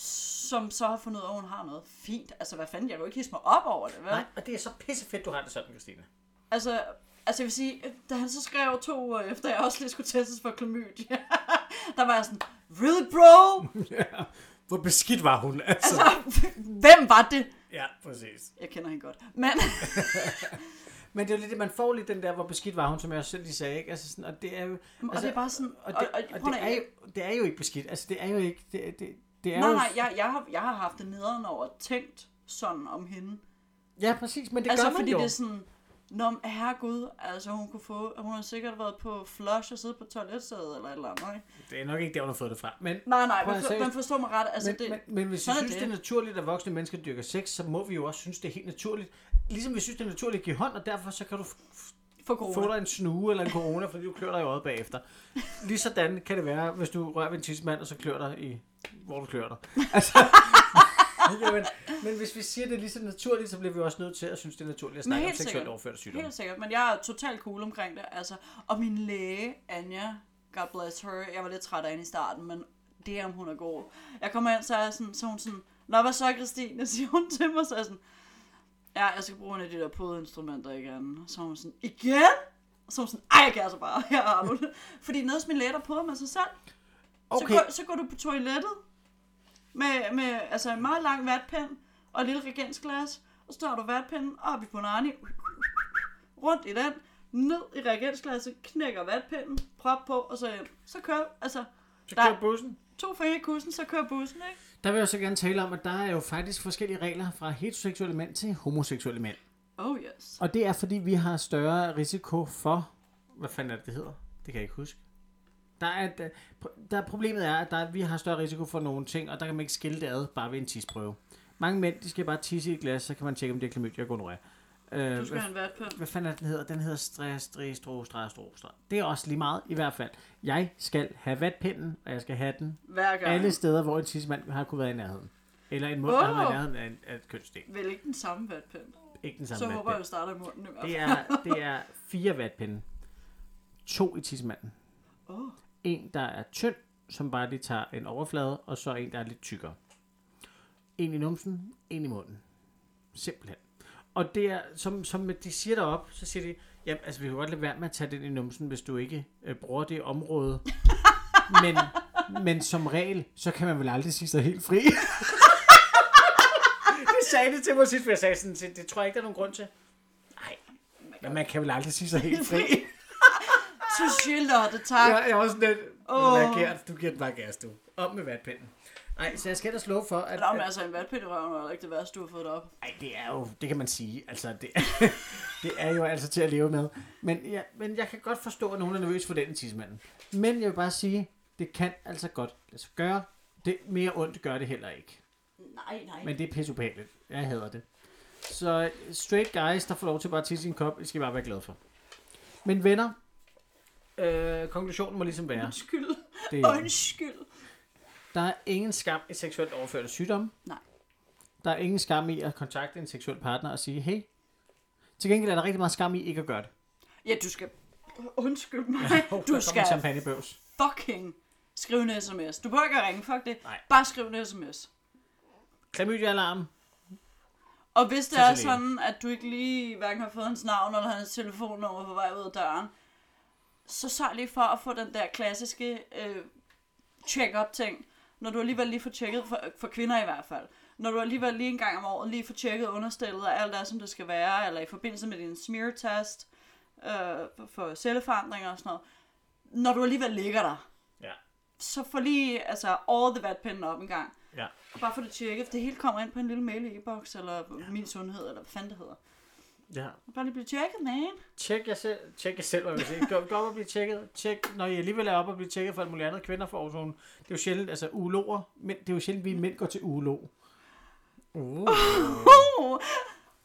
[SPEAKER 3] som så har fundet ud af, at hun har noget fint. Altså, hvad fanden, jeg kan jo ikke hisse mig op over det, vel?
[SPEAKER 4] Nej, og det er så pissefedt, du har det sådan, Christine.
[SPEAKER 3] Altså, altså jeg vil sige, da han så skrev to uger efter, jeg også lige skulle testes for klamydia, *laughs* der var jeg sådan, really bro?
[SPEAKER 4] Hvor beskidt var hun, *laughs* altså.
[SPEAKER 3] Så, hvem var det?
[SPEAKER 4] Ja, præcis.
[SPEAKER 3] Jeg kender hende godt. Men *laughs*
[SPEAKER 4] Men det er jo lidt det, man får lidt den der, hvor beskidt var hun, som jeg også selv lige sagde, ikke? Altså sådan, og det er jo...
[SPEAKER 3] og
[SPEAKER 4] altså,
[SPEAKER 3] det er bare sådan,
[SPEAKER 4] Og det, og,
[SPEAKER 3] og, prøv
[SPEAKER 4] det,
[SPEAKER 3] at-
[SPEAKER 4] er jo, det er jo ikke beskidt. Altså, det er jo ikke... Det, det, det er
[SPEAKER 3] Nej,
[SPEAKER 4] jo,
[SPEAKER 3] nej, jeg, jeg, har, jeg har haft det nederen over tænkt sådan om hende.
[SPEAKER 4] Ja, præcis, men det
[SPEAKER 3] altså,
[SPEAKER 4] gør man
[SPEAKER 3] fordi
[SPEAKER 4] jo.
[SPEAKER 3] det er sådan, Nå, men herregud, altså hun kunne få, hun har sikkert været på flush og siddet på toiletsædet eller et eller andet, ikke?
[SPEAKER 4] Det er nok ikke der, hun har fået det fra. Men,
[SPEAKER 3] Nej, nej,
[SPEAKER 4] Prøv at
[SPEAKER 3] men, for,
[SPEAKER 4] seriøst.
[SPEAKER 3] men forstå mig ret, altså
[SPEAKER 4] men,
[SPEAKER 3] det,
[SPEAKER 4] men, men hvis vi
[SPEAKER 3] sådan er
[SPEAKER 4] synes, det. det er naturligt, at voksne mennesker dyrker sex, så må vi jo også synes, det er helt naturligt. Ligesom vi synes, det er naturligt at give hånd, og derfor så kan du f-
[SPEAKER 3] for corona.
[SPEAKER 4] få dig en snue eller en corona, fordi du klør dig i øjet bagefter. Ligesådan kan det være, hvis du rører ved en tidsmand, og så klør dig i, hvor du klør dig.
[SPEAKER 3] *laughs*
[SPEAKER 4] Altså, *laughs* Jamen, men hvis vi siger, det er lige så naturligt, så bliver vi også nødt til at synes, det er naturligt at
[SPEAKER 3] Men
[SPEAKER 4] snakke om
[SPEAKER 3] helt
[SPEAKER 4] seksuelt
[SPEAKER 3] sikkert.
[SPEAKER 4] overførte sygdomme.
[SPEAKER 3] Helt sikkert, men jeg er totalt cool omkring det. Altså. Og min læge, Anja, God bless her, jeg var lidt træt af hende i starten, men det er, om hun er god. Jeg kommer ind, så er jeg sådan, så er hun sådan, Nå, hvad så, Christine? *laughs* siger hun til mig, så er jeg sådan, ja, jeg skal bruge en af de der podinstrumenter igen. Så er hun sådan, igen? Så er hun sådan, ej, jeg kan altså bare, *laughs* her har du det. Fordi nede hos min læge, der poder med sig selv. Okay. Så,
[SPEAKER 4] Okay.
[SPEAKER 3] går, så går du på toilettet med, med altså en meget lang vatpind og et lille reagensglas, og så tager du vatpinden op i Bonani, rundt i den, ned i reagensglasset, knækker vatpinden, prop på, og så ind. Så kører, altså,
[SPEAKER 4] Så
[SPEAKER 3] Der-
[SPEAKER 4] kører bussen.
[SPEAKER 3] to fingre i kussen, så kører bussen, ikke?
[SPEAKER 4] Der vil jeg så gerne tale om, at der er jo faktisk forskellige regler fra heteroseksuelle mænd til homoseksuelle mænd.
[SPEAKER 3] Oh yes.
[SPEAKER 4] Og det er, fordi vi har større risiko for... Hvad fanden er det, det hedder? Det kan jeg ikke huske. Der er, et, øh, pr- der problemet er, at der, vi har større risiko for nogle ting, og der kan man ikke skille det ad bare ved en tisprøve. Mange mænd, de skal bare tisse i et glas, så kan man tjekke, om det er klamydia og gonorrhea. Øh,
[SPEAKER 3] Du skal
[SPEAKER 4] hvad-
[SPEAKER 3] have en vatpind.
[SPEAKER 4] hvad fanden er den hedder? Den hedder stress, stress, stro, stress, stro, stress. Det er også lige meget, i hvert fald. Jeg skal have vatpinden, og jeg skal have den
[SPEAKER 3] Hver gang.
[SPEAKER 4] alle steder, hvor en tissemand har kunne være i nærheden. Eller en mund, oh. der har været i
[SPEAKER 3] Wow.
[SPEAKER 4] nærheden af, en, af et kønsdel.
[SPEAKER 3] Vel ikke den samme vatpind.
[SPEAKER 4] Ikke den samme
[SPEAKER 3] Så håber jeg,
[SPEAKER 4] vatpind.
[SPEAKER 3] du starter i munden i hvert fald.
[SPEAKER 4] Det er,
[SPEAKER 3] *laughs*
[SPEAKER 4] det er fire vatpinde. To i tissemanden.
[SPEAKER 3] Åh.
[SPEAKER 4] En, der er tynd, som bare lige tager en overflade, og så en, der er lidt tykkere. En i numsen, en i munden. Simpelthen. Og det er, som, som de siger derop, så siger de, jamen, altså, vi kan godt lade være med at tage den i numsen, hvis du ikke øh, bruger det *laughs* område. men, men som regel, så kan man vel aldrig sige sig *laughs* helt fri. det sagde det til mig sidst, for jeg sagde sådan, set, det tror jeg ikke, der er nogen grund til. Nej, men man kan vel aldrig sige sig helt *laughs* fri.
[SPEAKER 3] Touché, Lotte, tak.
[SPEAKER 4] Jeg, jeg er også lidt,
[SPEAKER 3] Åh.
[SPEAKER 4] oh. Gert, du giver den bare gas, du. Op med vatpinden. Nej, så jeg skal da slå for, at...
[SPEAKER 3] Nå, men altså, en vatpind i røven er heller ikke det værste, du har fået op.
[SPEAKER 4] Ej, det er jo, det kan man sige, altså det, *laughs* det er jo altså til at leve med. Men, ja, men jeg kan godt forstå, at nogen er nervøs for den tidsmanden. Men jeg vil bare sige, det kan altså godt lade sig gøre. Det mere ondt gør det heller ikke.
[SPEAKER 3] Nej, nej.
[SPEAKER 4] Men det er pissupageligt. Jeg hader det. Så øh, straight guys, der får lov til bare at tisse i en kop, det skal I bare være glade for. Men venner, øh, konklusionen må ligesom være,
[SPEAKER 3] Undskyld.
[SPEAKER 4] det er,
[SPEAKER 3] Undskyld.
[SPEAKER 4] Der er ingen skam i seksuelt overførte sygdomme.
[SPEAKER 3] Nej.
[SPEAKER 4] Der er ingen skam i at kontakte en seksuel partner og sige, hey. Til gengæld er der rigtig meget skam i ikke at gøre det.
[SPEAKER 3] Ja, du skal... Undskyld mig.
[SPEAKER 4] Hov, der
[SPEAKER 3] Du
[SPEAKER 4] kom en
[SPEAKER 3] skal
[SPEAKER 4] champagnebøvs.
[SPEAKER 3] fucking skrive en sms. Du behøver ikke at ringe, fuck det.
[SPEAKER 4] Nej.
[SPEAKER 3] Bare skriv en sms.
[SPEAKER 4] Klamydia-alarm.
[SPEAKER 3] Og hvis det
[SPEAKER 4] Så
[SPEAKER 3] er
[SPEAKER 4] til lægen.
[SPEAKER 3] sådan, at du ikke lige hverken har fået hans navn eller hans telefonnummer på vej ud af døren, så sørg lige for at få den der klassiske øh, check-up-ting, når du alligevel lige får tjekket, for, for kvinder i hvert fald, når du alligevel lige en gang om året lige får tjekket understillet og alt er, som det skal være, eller i forbindelse med din smear-test øh, for celleforandringer og sådan noget, når du alligevel ligger der,
[SPEAKER 4] Ja.
[SPEAKER 3] så få lige altså, all the vatpinden op en gang.
[SPEAKER 4] Ja.
[SPEAKER 3] Og bare få det tjekket, for det hele kommer ind på en lille mail i e-boks, eller ja. min sundhed, eller hvad fanden det hedder.
[SPEAKER 4] ja.
[SPEAKER 3] Og bare lige blive tjekket, man.
[SPEAKER 4] Tjek jer selv, tjek jer selv, hvad jeg vil sige. Gå, gå op og blive tjekket. Tjek, når I alligevel er op og bliver tjekket for alt muligt andet. Kvinder for overzonen. Det er jo sjældent, altså uloger, men det er jo sjældent, vi mænd går til ulog.
[SPEAKER 2] Uh.
[SPEAKER 3] Oh,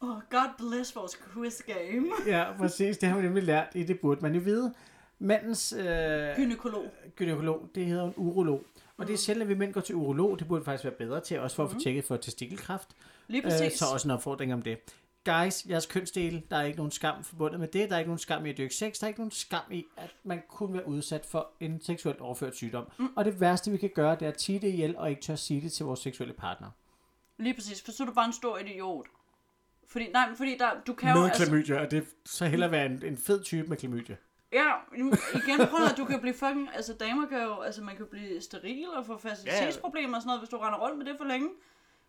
[SPEAKER 3] oh, God bless vores quiz game.
[SPEAKER 4] Ja, præcis. Det har vi nemlig lært i, det burde man jo vide. Mandens øh,
[SPEAKER 3] *laughs* Gynekolog.
[SPEAKER 4] gynekolog, det hedder en urolog. Og det er sjældent, at vi mænd går til urolog. Det burde faktisk være bedre til, også for at få tjekket for testikelkræft.
[SPEAKER 3] Mhm. Lige
[SPEAKER 4] Øh,
[SPEAKER 3] præcis.
[SPEAKER 4] så også en opfordring om det. Guys, jeres kønsdele, der er ikke nogen skam forbundet med det. Der er ikke nogen skam i at dyrke sex. Der er ikke nogen skam i, at man kunne være udsat for en seksuelt overført sygdom. Mm. Og det værste, vi kan gøre, det er at sige det ihjel og ikke tør sige det til vores seksuelle partner.
[SPEAKER 3] Lige præcis, for så er du bare en stor idiot. Fordi, nej, men fordi der, du kan jo... altså-
[SPEAKER 4] Med klamydia, og det så hellere være en, en fed type med klamydia.
[SPEAKER 3] ja, nu- igen, prøv at høre, du kan blive fucking... Altså, damer kan jo... Altså, man kan blive steril og få facilitetsproblemer og sådan noget, hvis du render rundt med det for længe.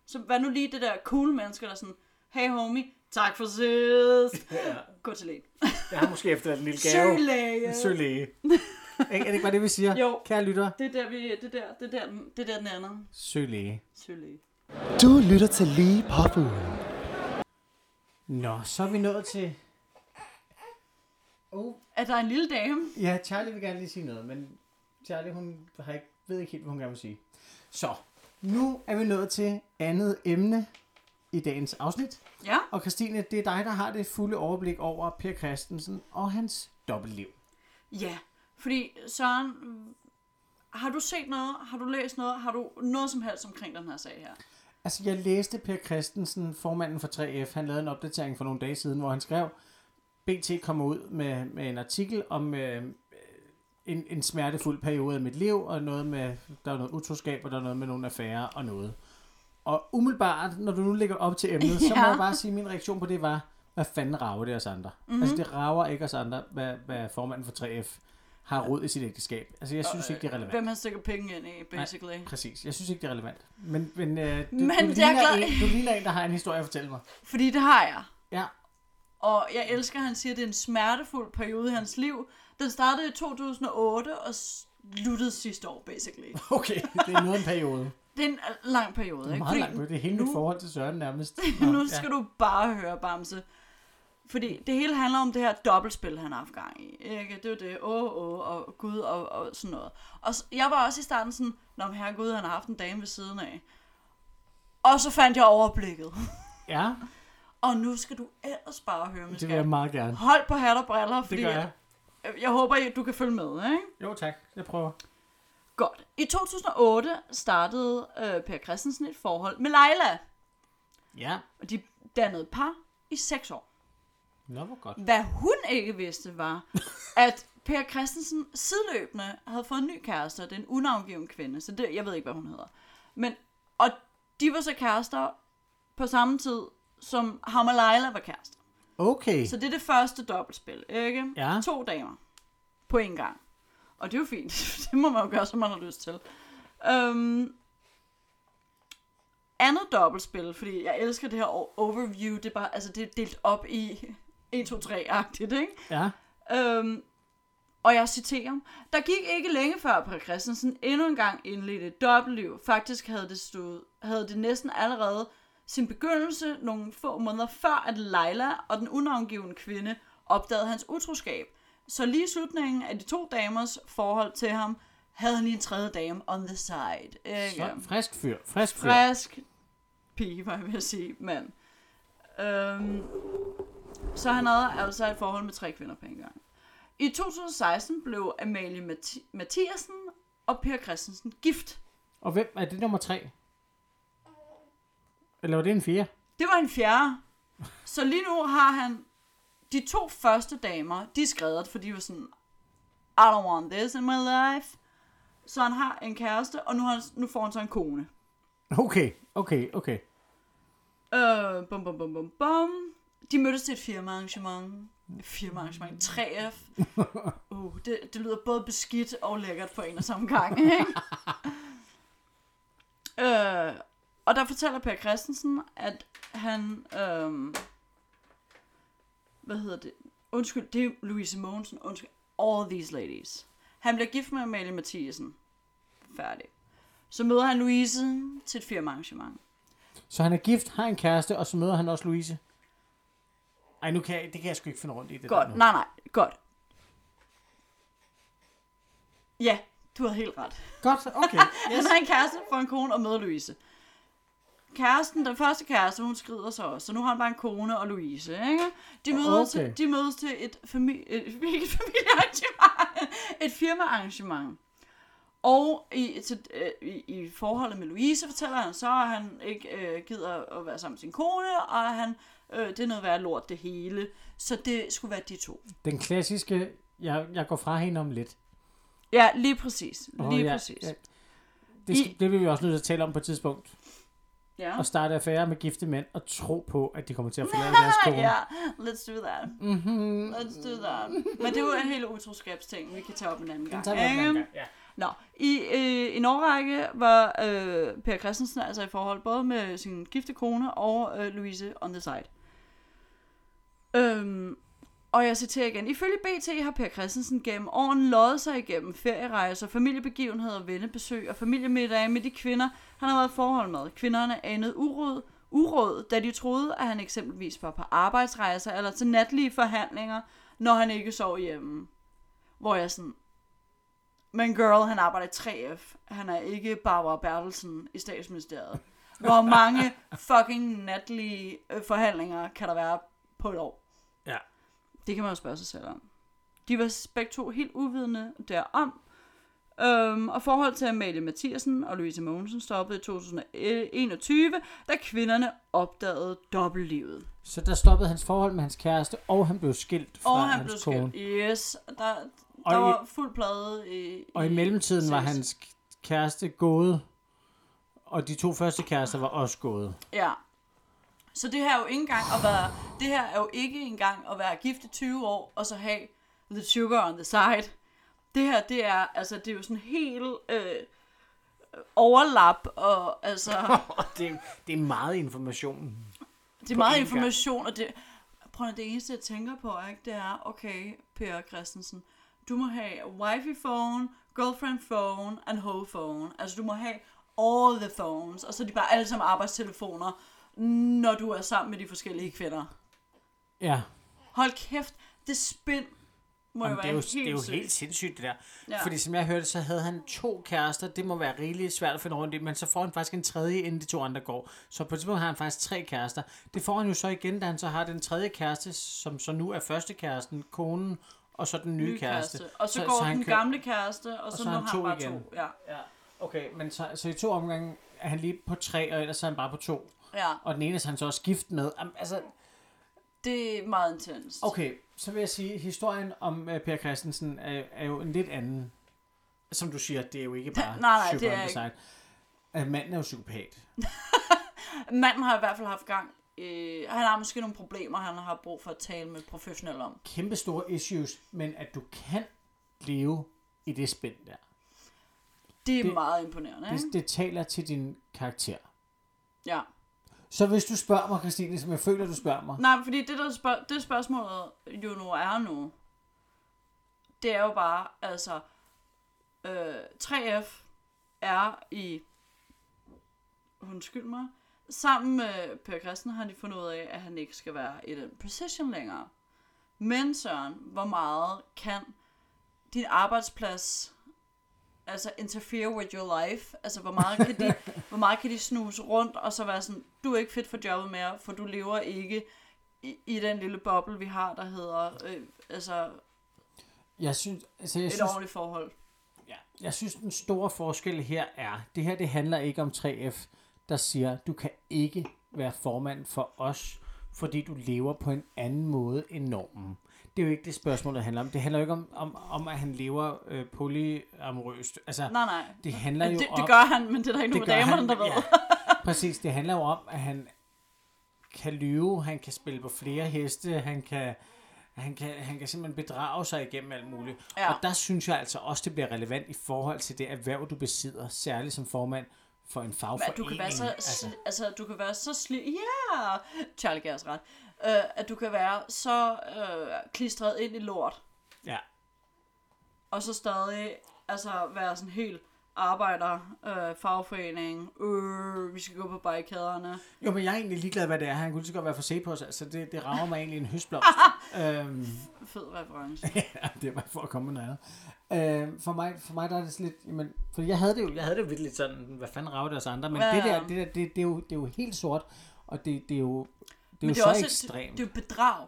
[SPEAKER 3] Så hvad nu lige det der cool menneske, der er sådan... Hey homie, tak for
[SPEAKER 4] *laughs*
[SPEAKER 3] sidst. Gå til lægen.
[SPEAKER 4] Jeg har måske efter en lille
[SPEAKER 3] Søg læge.
[SPEAKER 4] Søg læge. er det ikke bare det, vi siger?
[SPEAKER 3] Jo.
[SPEAKER 4] Kære lytter,
[SPEAKER 3] Det er der, vi... Det er der, det er der, det er der den anden.
[SPEAKER 4] søg læge.
[SPEAKER 3] Søg læge.
[SPEAKER 5] Du lytter til Lige Påfuglen.
[SPEAKER 4] Nå, så er vi nået til... Oh,
[SPEAKER 3] Er der en lille dame?
[SPEAKER 4] Ja, Charlie vil gerne lige sige noget, men Charlie, hun har ikke, ved ikke helt, hvad hun gerne vil sige. Så, nu er vi nået til andet emne i dagens afsnit.
[SPEAKER 3] Ja.
[SPEAKER 4] Og Christine, det er dig, der har det fulde overblik over Per Christensen og hans dobbeltliv.
[SPEAKER 3] Ja, fordi Søren, mm, har du set noget? Har du læst noget? Har du noget som helst omkring den her sag her?
[SPEAKER 4] Altså, jeg læste Per Christensen, formanden for 3F, han lavede en opdatering for nogle dage siden, hvor han skrev, BT kommer ud med, med en artikel om øh, en, en smertefuld periode i mit liv, og noget med, der er noget utroskab, og der er noget med nogle affærer og noget. Og umiddelbart, når du nu ligger op til emnet, ja. så må
[SPEAKER 3] Ja.
[SPEAKER 4] jeg bare sige, at min reaktion på det var, hvad fanden rager det os andre? Mm-hmm. Altså, det rager ikke os andre, hvad, hvad formanden for 3F har råd i sit ægteskab. Altså, jeg synes ikke, det er relevant.
[SPEAKER 3] Hvem han stikker penge ind i, basically. Nej.
[SPEAKER 4] Præcis. Jeg synes ikke, det er relevant. Men, men, øh, du,
[SPEAKER 3] Men
[SPEAKER 4] du,
[SPEAKER 3] det er
[SPEAKER 4] ligner
[SPEAKER 3] glad-
[SPEAKER 4] en, du ligner en, der har en historie at fortælle mig.
[SPEAKER 3] Fordi det har jeg.
[SPEAKER 4] Ja,
[SPEAKER 3] Og jeg elsker, at han siger, at det er en smertefuld periode i hans liv. Den startede i 2008 og sluttede sidste år, basically.
[SPEAKER 4] okay. Det er noget af en periode.
[SPEAKER 3] *laughs* Det er en lang periode, ikke?
[SPEAKER 4] Meget
[SPEAKER 3] Fordi
[SPEAKER 4] langt ud. Det er hele mit
[SPEAKER 3] nu-
[SPEAKER 4] forhold til Søren nærmest.
[SPEAKER 3] *laughs* nu skal ja. du bare høre, Bamse. Fordi det hele handler om det her dobbeltspil, han har haft gang i. Ikke? Det er jo det, åh, oh, åh, oh, og gud, og, og sådan noget. Og s- jeg var også i starten sådan, Nå, men herre gud, han har haft en dame ved siden af. Og så fandt jeg overblikket.
[SPEAKER 4] Ja,
[SPEAKER 3] Og nu skal du ellers bare høre, min
[SPEAKER 4] det vil jeg
[SPEAKER 3] skat.
[SPEAKER 4] meget gerne.
[SPEAKER 3] Hold på hat og briller,
[SPEAKER 4] Det
[SPEAKER 3] fordi øh,
[SPEAKER 4] gør jeg.
[SPEAKER 3] jeg, jeg håber, I- du kan følge med, ikke?
[SPEAKER 4] Jo tak, jeg prøver.
[SPEAKER 3] Godt. I 2008 startede øh, Per Christensen et forhold med Leila.
[SPEAKER 4] Ja,
[SPEAKER 3] Og de dannede par i seks år.
[SPEAKER 4] nå hvor godt.
[SPEAKER 3] Hvad hun ikke vidste var, at Per Christensen sideløbende havde fået en ny kæreste, og det er en unavngiven kvinde, så det, jeg ved ikke, hvad hun hedder. Men, og de var så kærester på samme tid, som ham og Leila var kærester.
[SPEAKER 4] Okay.
[SPEAKER 3] Så det er det første dobbeltspil, ikke?
[SPEAKER 4] Ja.
[SPEAKER 3] To damer på en gang. Og det er jo fint. *laughs* det må man jo gøre, som man har lyst til. Øhm, andet dobbeltspil, fordi jeg elsker det her o- overview. Det er, bare, altså, det er delt op i 1, 2, 3-agtigt, ikke?
[SPEAKER 4] Ja,
[SPEAKER 3] Øhm, og jeg citerer, der gik ikke længe før Per Christensen endnu en gang indledte et dobbeltliv. Faktisk havde det, stået, havde det næsten allerede sin begyndelse nogle få måneder før, at Leila og den unavngivende kvinde opdagede hans utroskab. Så lige i slutningen af de to damers forhold til ham, havde han lige en tredje dame on the side.
[SPEAKER 4] så
[SPEAKER 3] Ikke?
[SPEAKER 4] frisk fyr. Frisk fyr.
[SPEAKER 3] Øh, frisk pige, var jeg ved at sige, mand. Øhm, så han havde altså et forhold med tre kvinder på en gang. I 2016 blev Amalie Mathi- Mathiasen og Per Christensen gift.
[SPEAKER 4] Og hvem er det nummer tre? Eller var det en fire?
[SPEAKER 3] Det var en fjerde. Så lige nu har han de to første damer, de er skrevet, for de var sådan, I don't want this in my life. Så han har en kæreste, og nu, har han, nu får han så en kone.
[SPEAKER 4] Okay, okay, okay.
[SPEAKER 3] Øh, bum, bum, bum, bum, bum. De mødtes til et firmaarrangement. Firmaarrangement. 3F. Uh, det, det lyder både beskidt og lækkert på en og samme gang, ikke? øh, og der fortæller Per Christensen, at han... Øh, hvad hedder det? Undskyld, det er Louise Mogensen. Undskyld. All these ladies. Han bliver gift med Amalie Mathiesen. Færdig. Så møder han Louise til et firmaarrangement.
[SPEAKER 4] Så han er gift, har en kæreste, og så møder han også Louise. Ej, nu kan jeg, det kan jeg sgu ikke finde rundt i det
[SPEAKER 3] Godt,
[SPEAKER 4] der nu.
[SPEAKER 3] nej, nej, godt. Ja, du har helt ret.
[SPEAKER 4] Godt, okay. *laughs*
[SPEAKER 3] Han har en kæreste, får en kone og møder Louise. Kæresten, den første kæreste, hun skrider sig også, så nu har han bare en kone og Louise, ikke? De mødes,
[SPEAKER 4] Okay.
[SPEAKER 3] okay. de mødes til et, fami- et, et *laughs* familiearrangement, et firmaarrangement. Og i, til, øh, i, i forholdet med Louise fortæller han så, at han ikke øh, gider at være sammen med sin kone, og at han, øh, det er noget værd lort det hele. Så det skulle være de to.
[SPEAKER 4] Den klassiske, jeg, jeg går fra hende om lidt.
[SPEAKER 3] Ja, lige præcis.
[SPEAKER 4] Åh,
[SPEAKER 3] Lige
[SPEAKER 4] ja,
[SPEAKER 3] præcis.
[SPEAKER 4] ja. Det, skal,
[SPEAKER 3] I- Ah.
[SPEAKER 4] det bliver vi også nødt til at tale om på et tidspunkt.
[SPEAKER 3] Ja.
[SPEAKER 4] At starte affære med gifte mænd og tro på, at de kommer til at forlade deres kone.
[SPEAKER 3] Ja, let's do that.
[SPEAKER 4] Mhm.
[SPEAKER 3] Mm-hmm. Let's do that. Men det er jo en helt utroskabsting, vi kan tage op en anden gang.
[SPEAKER 4] tager vi op en anden
[SPEAKER 3] Øhm.
[SPEAKER 4] gang, ja.
[SPEAKER 3] Nå, i øh, en årrække var øh, Per Christensen altså i forhold både med sin gifte kone og øh, Louise on the side. Øhm, og jeg citerer igen. Ifølge BT har Per Christensen gennem årene løjet sig igennem ferierejser, familiebegivenheder, vennebesøg og familiemiddage med de kvinder, han har været i forhold med. Kvinderne anede uråd, uråd, da de troede, at han eksempelvis var på arbejdsrejser eller til natlige forhandlinger, når han ikke sov hjemme. Hvor jeg sådan... Men girl, han arbejder i 3F. Han er ikke Barbara Bertelsen i statsministeriet. Hvor mange fucking natlige øh, forhandlinger kan der være på et år?
[SPEAKER 4] Ja.
[SPEAKER 3] Det kan man jo spørge sig selv om. De var begge to helt uvidende derom. Øhm, og forhold til Amalie Mathiasen og Louise Mogensen stoppede i 2021, da kvinderne opdagede dobbeltlivet.
[SPEAKER 4] Så der stoppede hans forhold med hans kæreste, og han blev skilt fra
[SPEAKER 3] Og han
[SPEAKER 4] hans
[SPEAKER 3] blev
[SPEAKER 4] kone.
[SPEAKER 3] skilt. Yes, og der, der
[SPEAKER 4] Og i-
[SPEAKER 3] var fuld plade i,
[SPEAKER 4] Og i mellemtiden var
[SPEAKER 3] sex.
[SPEAKER 4] hans kæreste gået, og de to første kærester var også gået.
[SPEAKER 3] Ja. Så det her er jo ikke engang at være, det her er jo ikke engang at være gift i 20 år, og så have the sugar on the side. Det her, det er, altså, det er jo sådan helt øh, overlap, og altså,
[SPEAKER 4] Det, det er meget information.
[SPEAKER 3] det er meget
[SPEAKER 4] én
[SPEAKER 3] information, og det, prøv at det eneste, jeg tænker på, ikke, det er, okay, Per Christensen, du må have wifi phone, girlfriend phone, and hoe phone. Altså, du må have all the phones, og så er de bare alle sammen arbejdstelefoner, når du er sammen med de forskellige kvinder.
[SPEAKER 4] Ja,
[SPEAKER 3] Hold kæft, det spind må
[SPEAKER 4] Jamen,
[SPEAKER 3] jo
[SPEAKER 4] det er
[SPEAKER 3] være
[SPEAKER 4] jo,
[SPEAKER 3] helt
[SPEAKER 4] det er jo
[SPEAKER 3] sygt.
[SPEAKER 4] helt sindssygt, det der. Ja.
[SPEAKER 3] Ja.
[SPEAKER 4] Fordi som jeg hørte, så havde han to kærester. Det må være rigeligt svært at finde rundt i, men så får han faktisk en tredje, inden de to andre går. Så på et tidspunkt har han faktisk tre kærester. Det får han jo så igen, da han så har den tredje kæreste, som så nu er første kæresten, konen, og så den nye,
[SPEAKER 3] Ny
[SPEAKER 4] kæreste.
[SPEAKER 3] Og så, så går
[SPEAKER 4] han
[SPEAKER 3] den
[SPEAKER 4] kører-
[SPEAKER 3] gamle kæreste, og, så,
[SPEAKER 4] så
[SPEAKER 3] når
[SPEAKER 4] har
[SPEAKER 3] han,
[SPEAKER 4] han to
[SPEAKER 3] bare
[SPEAKER 4] igen.
[SPEAKER 3] to. Ja.
[SPEAKER 4] Ja, okay, men så, så i to omgange er han lige på tre, og ellers er han bare på to.
[SPEAKER 3] ja,
[SPEAKER 4] Og den ene er han så også gift med. Jamen, altså,
[SPEAKER 3] det er meget intenst.
[SPEAKER 4] Okay, så vil jeg sige, at historien om uh, Per Christensen er, er jo en lidt anden. Som du siger, det er jo ikke bare
[SPEAKER 3] *laughs* Nej, nej, det
[SPEAKER 4] sugar
[SPEAKER 3] er
[SPEAKER 4] on the side. Uh, manden er jo psykopat.
[SPEAKER 3] Manden har i hvert fald haft gang. Øh, han har måske nogle problemer, han har brug for at tale med professionelle om.
[SPEAKER 4] Kæmpe store issues, men at du kan leve i det spænd der.
[SPEAKER 3] Det er
[SPEAKER 4] Det-
[SPEAKER 3] det, meget imponerende,
[SPEAKER 4] Det,
[SPEAKER 3] ikke?
[SPEAKER 4] det taler til din karakter.
[SPEAKER 3] Ja. Så
[SPEAKER 4] Så hvis du spørger mig, Christine, som jeg føler, du spørger mig,
[SPEAKER 3] Nej, fordi det der spørg- det spørgsmålet jo nu er nu, det er jo bare, altså, øh, 3F er i, undskyld mig, sammen med Per Christen har de fundet ud af, at han ikke skal være i den position længere. Men Søren, hvor meget kan din arbejdsplads altså interfere with your life? Altså, hvor meget kan de, hvor meget kan de snuse rundt, og så være sådan, du er ikke fedt for jobbet mere, for du lever ikke i, i den lille boble, vi har, der hedder øh, altså,
[SPEAKER 4] jeg synes, altså, jeg
[SPEAKER 3] et
[SPEAKER 4] synes,
[SPEAKER 3] ordentligt forhold.
[SPEAKER 4] Ja, jeg synes, den store forskel her er, det her det handler ikke om 3F, der siger, du kan ikke være formand for os, fordi du lever på en anden måde end normen. Det er jo ikke det spørgsmål, der handler om. Det handler jo ikke om, om, om at han lever øh, polyamorøst. Altså,
[SPEAKER 3] Nej, nej.
[SPEAKER 4] det handler jo
[SPEAKER 3] Det,
[SPEAKER 4] om...
[SPEAKER 3] det gør han, men det er der ikke nogen af damerne, der ved.
[SPEAKER 4] ja.
[SPEAKER 3] *laughs*
[SPEAKER 4] Præcis, det handler jo om, at han kan lyve, han kan spille på flere heste, han kan, han kan, han kan simpelthen bedrage sig igennem alt muligt.
[SPEAKER 3] Ja.
[SPEAKER 4] Og der synes jeg altså også, det bliver relevant i forhold til det erhverv, du besidder, særligt som formand for en
[SPEAKER 3] Men
[SPEAKER 4] fagforening.
[SPEAKER 3] at du kan være så, altså.
[SPEAKER 4] altså,
[SPEAKER 3] altså du kan være så sli... Ja! Yeah! Charlie Gers ret. Uh, at du kan være så uh, klistret ind i lort,
[SPEAKER 4] ja.
[SPEAKER 3] og så stadig altså være sådan helt arbejder, øh, fagforening, øh, vi skal gå på barrikaderne.
[SPEAKER 4] Jo, men jeg er egentlig ligeglad, hvad det er. Han kunne lige så godt være for se på os. Altså, det, det rager mig egentlig en høstblomst.
[SPEAKER 3] *laughs*
[SPEAKER 4] øhm,
[SPEAKER 3] Fed reference.
[SPEAKER 4] *laughs* ja, det var for at komme med noget andet. Øhm, for, mig, for mig der er det sådan lidt... Jamen, for jeg havde det jo, jeg havde det jo vildt lidt sådan, hvad fanden rager det os andre? Men
[SPEAKER 3] Ja,
[SPEAKER 4] ja, det
[SPEAKER 3] ja.
[SPEAKER 4] der, det, der det, det, er jo, det er jo helt sort, og det, det er jo, det er jo
[SPEAKER 3] Men det
[SPEAKER 4] det
[SPEAKER 3] er
[SPEAKER 4] så
[SPEAKER 3] også
[SPEAKER 4] ekstremt.
[SPEAKER 3] Et, det er jo bedrag.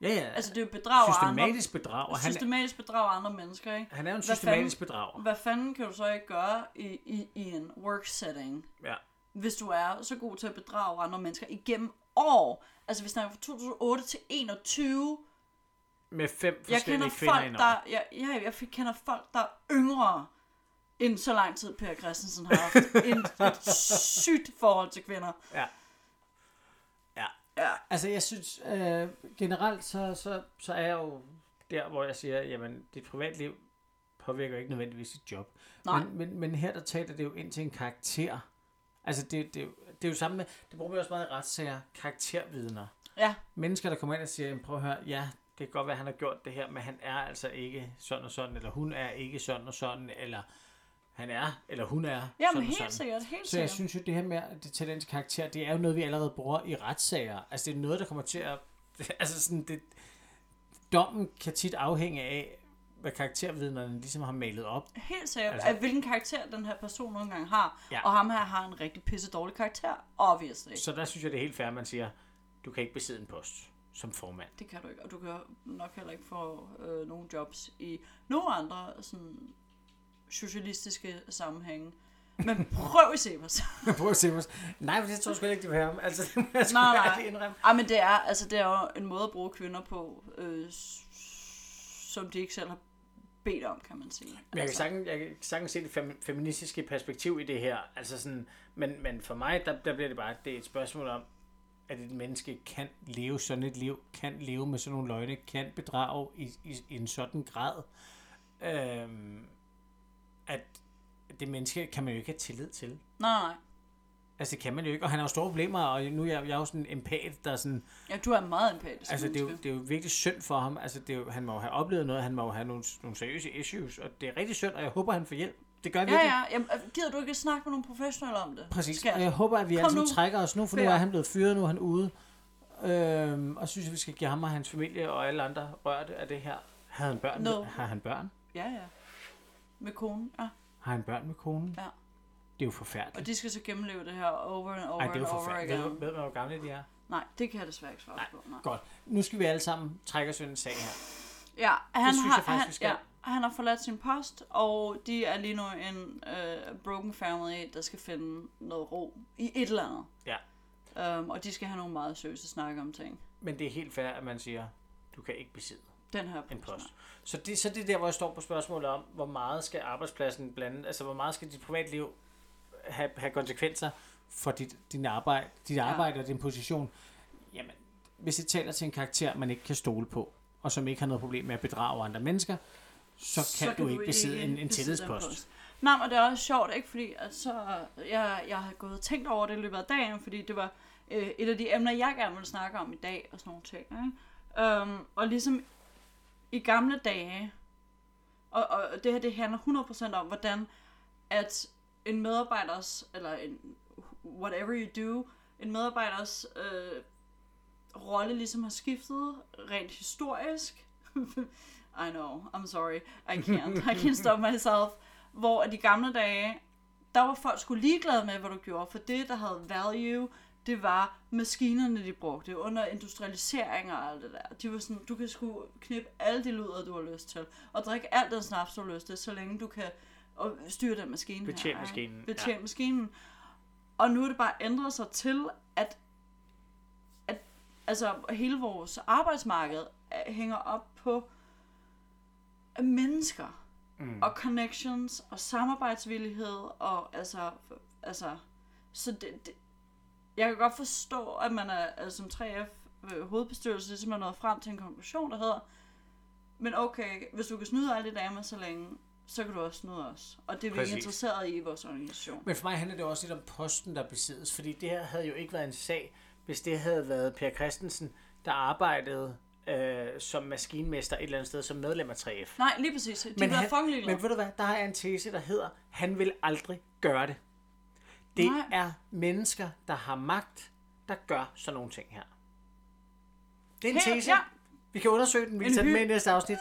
[SPEAKER 4] ja, ja.
[SPEAKER 3] Altså, det er jo bedrag af andre.
[SPEAKER 4] systematisk bedrag. Og han,
[SPEAKER 3] Systematisk bedrag af andre mennesker, ikke?
[SPEAKER 4] han er jo en
[SPEAKER 3] Hvad
[SPEAKER 4] systematisk bedrager.
[SPEAKER 3] Hvad fanden kan du så ikke gøre i, i, i en work setting,
[SPEAKER 4] Ja.
[SPEAKER 3] hvis du er så god til at bedrage andre mennesker igennem år? Altså, vi snakker fra 2008 til 21.
[SPEAKER 4] Med fem
[SPEAKER 3] Jeg kender
[SPEAKER 4] forskellige kvinder
[SPEAKER 3] folk,
[SPEAKER 4] indover.
[SPEAKER 3] der, jeg, jeg, jeg fik- kender folk, der er yngre end så lang tid Per Christensen har haft. en, et sygt forhold til kvinder.
[SPEAKER 4] Ja. Ja. ja. Altså, jeg synes, øh, generelt, så, så, så er jeg jo der, hvor jeg siger, jamen, dit privatliv påvirker ikke nødvendigvis dit job.
[SPEAKER 3] Nej.
[SPEAKER 4] Men, men, men her, der taler det jo ind til en karakter. Altså, det, det, det er jo samme med, det bruger vi også meget i retssager, karaktervidner.
[SPEAKER 3] Ja,
[SPEAKER 4] Mennesker, der kommer ind og siger, "Jamen, prøv at høre, ja, det kan godt være, han har gjort det her, men han er altså ikke sådan og sådan, eller hun er ikke sådan og sådan, eller han er, eller hun er
[SPEAKER 3] Jamen,
[SPEAKER 4] sådan og
[SPEAKER 3] helt
[SPEAKER 4] sådan.
[SPEAKER 3] sikkert, helt
[SPEAKER 4] Så jeg
[SPEAKER 3] sikkert.
[SPEAKER 4] synes jo, det her med at det talent til karakter, det er jo noget, vi allerede bruger i retssager. Altså, det er noget, der kommer til at... *laughs* Altså, sådan, det, dommen kan tit afhænge af, hvad karaktervidnerne ligesom har malet op.
[SPEAKER 3] Helt sikkert, altså,
[SPEAKER 4] Altså-
[SPEAKER 3] at hvilken karakter den her person nogle gange har. Ja.
[SPEAKER 4] Ja.
[SPEAKER 3] Og ham her har en rigtig pisse dårlig karakter, obviously.
[SPEAKER 4] Så der synes jeg, det er helt fair, at man siger, du kan ikke besidde en post som formand.
[SPEAKER 3] Det kan du ikke, og du kan nok heller ikke få øh, nogen jobs i nogen andre sådan, socialistiske sammenhænge. *laughs* Men prøv at se mig så.
[SPEAKER 4] *laughs* Prøv at se mig. Nej, men det tror jeg sgu ikke, det vil have ham. Altså, *laughs* det må jeg sgu
[SPEAKER 3] Nej, nej.
[SPEAKER 4] ærligt indrømme.
[SPEAKER 3] Ej, men det er, altså, det er jo en måde at bruge kvinder på, øh, s- som de ikke selv har bedt om, kan man sige.
[SPEAKER 4] Men jeg kan,
[SPEAKER 3] altså,
[SPEAKER 4] sagtens, jeg kan sagtens se det fem, feministiske perspektiv i det her. Altså sådan, men, men for mig, der, der bliver det bare, det er et spørgsmål om, at et menneske kan leve sådan et liv, kan leve med sådan nogle løgne, kan bedrage i, i, i en sådan grad, øhm, at det menneske kan man jo ikke have tillid til.
[SPEAKER 3] nej, nej.
[SPEAKER 4] Altså det kan man jo ikke, og han har jo store problemer, og nu er jeg, jeg er jo sådan en empat, der er sådan,
[SPEAKER 3] Ja, du er meget empatisk.
[SPEAKER 4] Altså, det er, jo,
[SPEAKER 3] menneske.
[SPEAKER 4] det er jo virkelig synd for ham. Altså, det er jo, han må jo have oplevet noget, han må jo have nogle, nogle seriøse issues, og det er rigtig synd, og jeg håber, han får hjælp. Det gør jeg
[SPEAKER 3] Ja,
[SPEAKER 4] virkelig.
[SPEAKER 3] ja. Jamen, øh, gider du ikke snakke med nogle professionelle om det?
[SPEAKER 4] Præcis,
[SPEAKER 3] Skat?
[SPEAKER 4] og jeg håber, at vi
[SPEAKER 3] Kom
[SPEAKER 4] alle sammen
[SPEAKER 3] nu.
[SPEAKER 4] trækker os nu, for nu
[SPEAKER 3] Fair.
[SPEAKER 4] er han blevet fyret, nu er han ude. Øhm, og synes, at vi skal give ham og hans familie og alle andre rørte af det her. Har han børn?
[SPEAKER 3] No.
[SPEAKER 4] Med, har han børn?
[SPEAKER 3] Ja, ja. Med konen, ja.
[SPEAKER 4] Har han børn med konen?
[SPEAKER 3] Ja.
[SPEAKER 4] Det er jo forfærdeligt.
[SPEAKER 3] Og de skal så gennemleve det her over and over
[SPEAKER 4] Ej, det er jo
[SPEAKER 3] and over
[SPEAKER 4] forfærdeligt. Ved,
[SPEAKER 3] again.
[SPEAKER 4] ved man, hvor gamle de er?
[SPEAKER 3] Nej, det kan jeg desværre ikke svare på. Nej.
[SPEAKER 4] Godt. Nu skal vi alle sammen trække os i en sag her.
[SPEAKER 3] Ja, han
[SPEAKER 4] synes
[SPEAKER 3] har,
[SPEAKER 4] jeg faktisk,
[SPEAKER 3] han,
[SPEAKER 4] vi skal.
[SPEAKER 3] Ja, han har forladt sin post, og de er lige nu en øh, broken family, der skal finde noget ro i et eller andet.
[SPEAKER 4] Ja.
[SPEAKER 3] Um, og de skal have nogle meget seriøse snakke om ting.
[SPEAKER 4] Men det er helt fair, at man siger, du kan ikke besidde.
[SPEAKER 3] Den her
[SPEAKER 4] en post. Så det, så det er der, hvor jeg står på spørgsmålet om, hvor meget skal arbejdspladsen blande, altså hvor meget skal dit privatliv have, have konsekvenser for dit, din arbejde, dit arbejde og din position? Jamen, hvis det taler til en karakter, man ikke kan stole på, og som ikke har noget problem med at bedrage andre mennesker, så kan, så kan du ikke besidde en, en
[SPEAKER 3] besidde den
[SPEAKER 4] tillidspost.
[SPEAKER 3] post. Nej, men det er også sjovt, ikke? Fordi at så, jeg, jeg har gået og tænkt over det i løbet af dagen, fordi det var øh, et af de emner, jeg gerne ville snakke om i dag, og sådan nogle ting. Ikke? Um, og ligesom i gamle dage, og, og det her det handler 100% om, hvordan at en medarbejders, eller en whatever you do, en medarbejders øh, rolle ligesom har skiftet rent historisk. *laughs* I know, I'm sorry, I can't, I can't stop myself. Hvor at de gamle dage, der var folk sgu ligeglade med, hvad du gjorde, for det, der havde value, det var maskinerne, de brugte under industrialisering og alt det der. De var sådan, du kan sgu knippe alle de luder, du har lyst til, og drikke alt den snaps, du har lyst til, så længe du kan og styre den maskine
[SPEAKER 4] Betjen
[SPEAKER 3] her. ikke?
[SPEAKER 4] maskinen, ja.
[SPEAKER 3] Betjen maskinen. Og nu er det bare ændret sig til, at altså hele vores arbejdsmarked øh, hænger op på øh, mennesker mm. og connections og samarbejdsvillighed og altså altså så det, det jeg kan godt forstå at man er altså, som 3F øh, hovedbestyrelse ligesom er nået frem til en konklusion der hedder men okay hvis du kan snyde alle de damer så længe så kan du også snyde os og det er vi ikke
[SPEAKER 4] Præcis.
[SPEAKER 3] interesseret i i vores organisation
[SPEAKER 4] Men for mig handler det også lidt om posten, der besiddes, fordi det her havde jo ikke været en sag, hvis det havde været Per Christensen, der arbejdede
[SPEAKER 6] øh, som maskinmester et eller andet sted, som medlem af 3F.
[SPEAKER 3] Nej, lige præcis. De men bliver
[SPEAKER 4] han,
[SPEAKER 3] fucking ligeglade.
[SPEAKER 4] men ved du hvad, der har jeg en tese, der hedder, han vil aldrig gøre det. Det
[SPEAKER 3] Nej.
[SPEAKER 4] Nej. er mennesker, der har magt, der gør sådan nogle ting her. Det er en
[SPEAKER 3] Her-
[SPEAKER 4] tese.
[SPEAKER 3] ja.
[SPEAKER 4] Vi kan undersøge den, vi kan
[SPEAKER 3] En
[SPEAKER 4] tage den
[SPEAKER 3] hy-
[SPEAKER 4] med i næste
[SPEAKER 3] *laughs*
[SPEAKER 4] afsnit.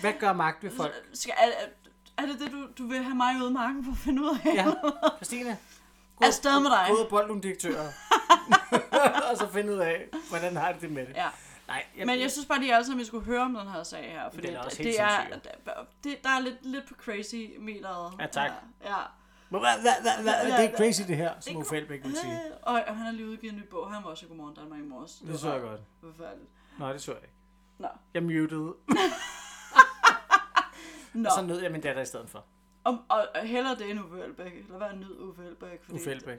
[SPEAKER 4] Hvad gør magt ved folk?
[SPEAKER 3] Skal, er, er- er det det, du, du vil have mig ud af marken for at finde ud af? *laughs*
[SPEAKER 4] Ja, Christine.
[SPEAKER 3] Afsted med dig.
[SPEAKER 4] Gå ud og bold nogle
[SPEAKER 3] *laughs*
[SPEAKER 4] direktører. og så finde ud af, hvordan har de det med det.
[SPEAKER 3] ja.
[SPEAKER 4] Nej, jeg,
[SPEAKER 3] Men jeg synes bare lige alle sammen, vi skulle høre om den her sag her. Fordi
[SPEAKER 6] Den er også
[SPEAKER 3] det,
[SPEAKER 6] helt
[SPEAKER 3] er, det, der er lidt, lidt på crazy meteret.
[SPEAKER 6] Ja, tak.
[SPEAKER 3] Ja.
[SPEAKER 4] Hva, hva, hva, hva,
[SPEAKER 3] Ja,
[SPEAKER 4] det er
[SPEAKER 3] ja.
[SPEAKER 4] crazy det her, som
[SPEAKER 3] Det er
[SPEAKER 4] Uffe Elbæk vil sige.
[SPEAKER 3] ja. Øh, Og, og, han har lige udgivet en ny bog. Han var også i Godmorgen Danmark i morges.
[SPEAKER 4] Det så jeg godt.
[SPEAKER 3] Forfærdeligt.
[SPEAKER 4] Nej, det så jeg ikke.
[SPEAKER 3] Nå.
[SPEAKER 4] Jeg mutede,
[SPEAKER 3] Nå.
[SPEAKER 4] og så nød jeg min datter i stedet for.
[SPEAKER 3] Og, og, og hellere det end Uffe Elbæk. Eller hvad er nyd Uffe Elbæk? Fordi-
[SPEAKER 4] Uffe Elbæk.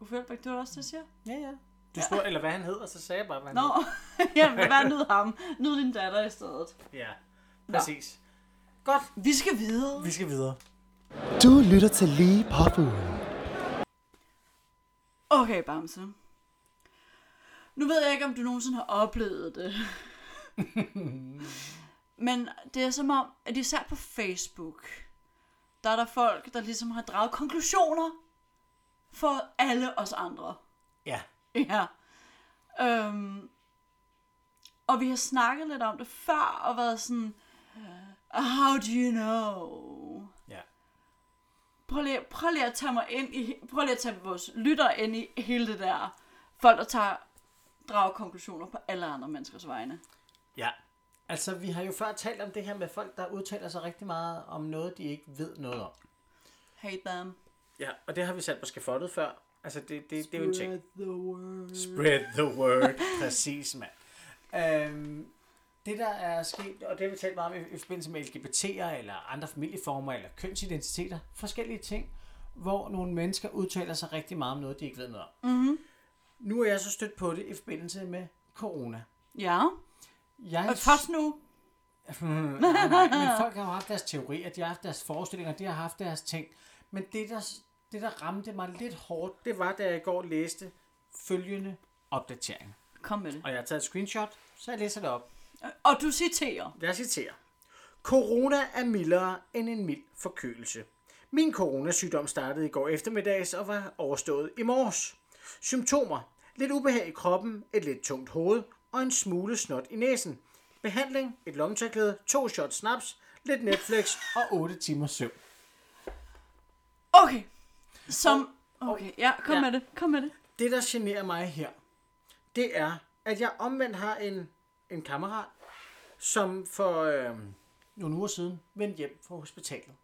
[SPEAKER 3] Uffe Elbæk, det var også det, jeg siger.
[SPEAKER 4] Ja, ja. Du spurgte, eller hvad han hedder, så sagde jeg bare, hvad han
[SPEAKER 3] Nå, *laughs*
[SPEAKER 4] hedder.
[SPEAKER 3] ja, men hvad nyd ham? Nyd din datter i stedet.
[SPEAKER 4] Ja, præcis. Godt.
[SPEAKER 3] Vi skal videre.
[SPEAKER 4] Vi skal videre.
[SPEAKER 5] Du lytter til Lige Påfuglen.
[SPEAKER 3] Okay, Bamse. Nu ved jeg ikke, om du nogensinde har oplevet det. Men det er som om, at især på Facebook, der er der folk, der ligesom har draget konklusioner for alle os andre.
[SPEAKER 4] Ja.
[SPEAKER 3] Ja. Øhm, og vi har snakket lidt om det før, og været sådan, how do you know?
[SPEAKER 4] Ja.
[SPEAKER 3] prøv lige, prøv lige at tage mig ind i, prøv lige at tage vores lytter ind i hele det der, folk der tager, drager konklusioner på alle andre menneskers vegne.
[SPEAKER 4] Ja. Altså, vi har jo før talt om det her med folk, der udtaler sig rigtig meget om noget, de ikke ved noget om.
[SPEAKER 3] Hate them.
[SPEAKER 6] Ja, og det har vi sat på skafottet før. Altså, det, det, det er jo en ting.
[SPEAKER 4] the word. Spread the word. *laughs* Præcis, mand. Øhm, det, der er sket, og det har vi talt meget om i, i forbindelse med LGBT'er, eller andre familieformer, eller kønsidentiteter, forskellige ting, hvor nogle mennesker udtaler sig rigtig meget om noget, de ikke ved noget om. Mm-hmm. Nu er jeg så stødt på det i forbindelse med corona.
[SPEAKER 3] Ja,
[SPEAKER 4] Jeg
[SPEAKER 3] og først nu.
[SPEAKER 4] Nej, men folk har jo haft deres teorier, de har haft deres forestillinger, de har haft deres ting. Men det der, det, der ramte mig lidt hårdt, det var, da jeg i går læste følgende opdatering.
[SPEAKER 3] Kom med det.
[SPEAKER 4] Og jeg har taget et screenshot, så jeg læser det op.
[SPEAKER 3] Og du citerer.
[SPEAKER 4] Jeg citerer.
[SPEAKER 6] Corona er mildere end en mild forkølelse. Min coronasygdom startede i går eftermiddags og var overstået i morges. Symptomer. Lidt ubehag i kroppen, et lidt tungt hoved og en smule snot i næsen. Behandling. Et lommetørklæde, to shots snaps, lidt Netflix.
[SPEAKER 4] Og 8 timer søvn.
[SPEAKER 3] Okay. Som, okay, ja, kom ja. med det, kom med det.
[SPEAKER 6] Det, der generer mig her, det er, at jeg omvendt har en, en kammerat, som for øh,
[SPEAKER 4] Nogle uger siden vendte hjem fra hospitalet,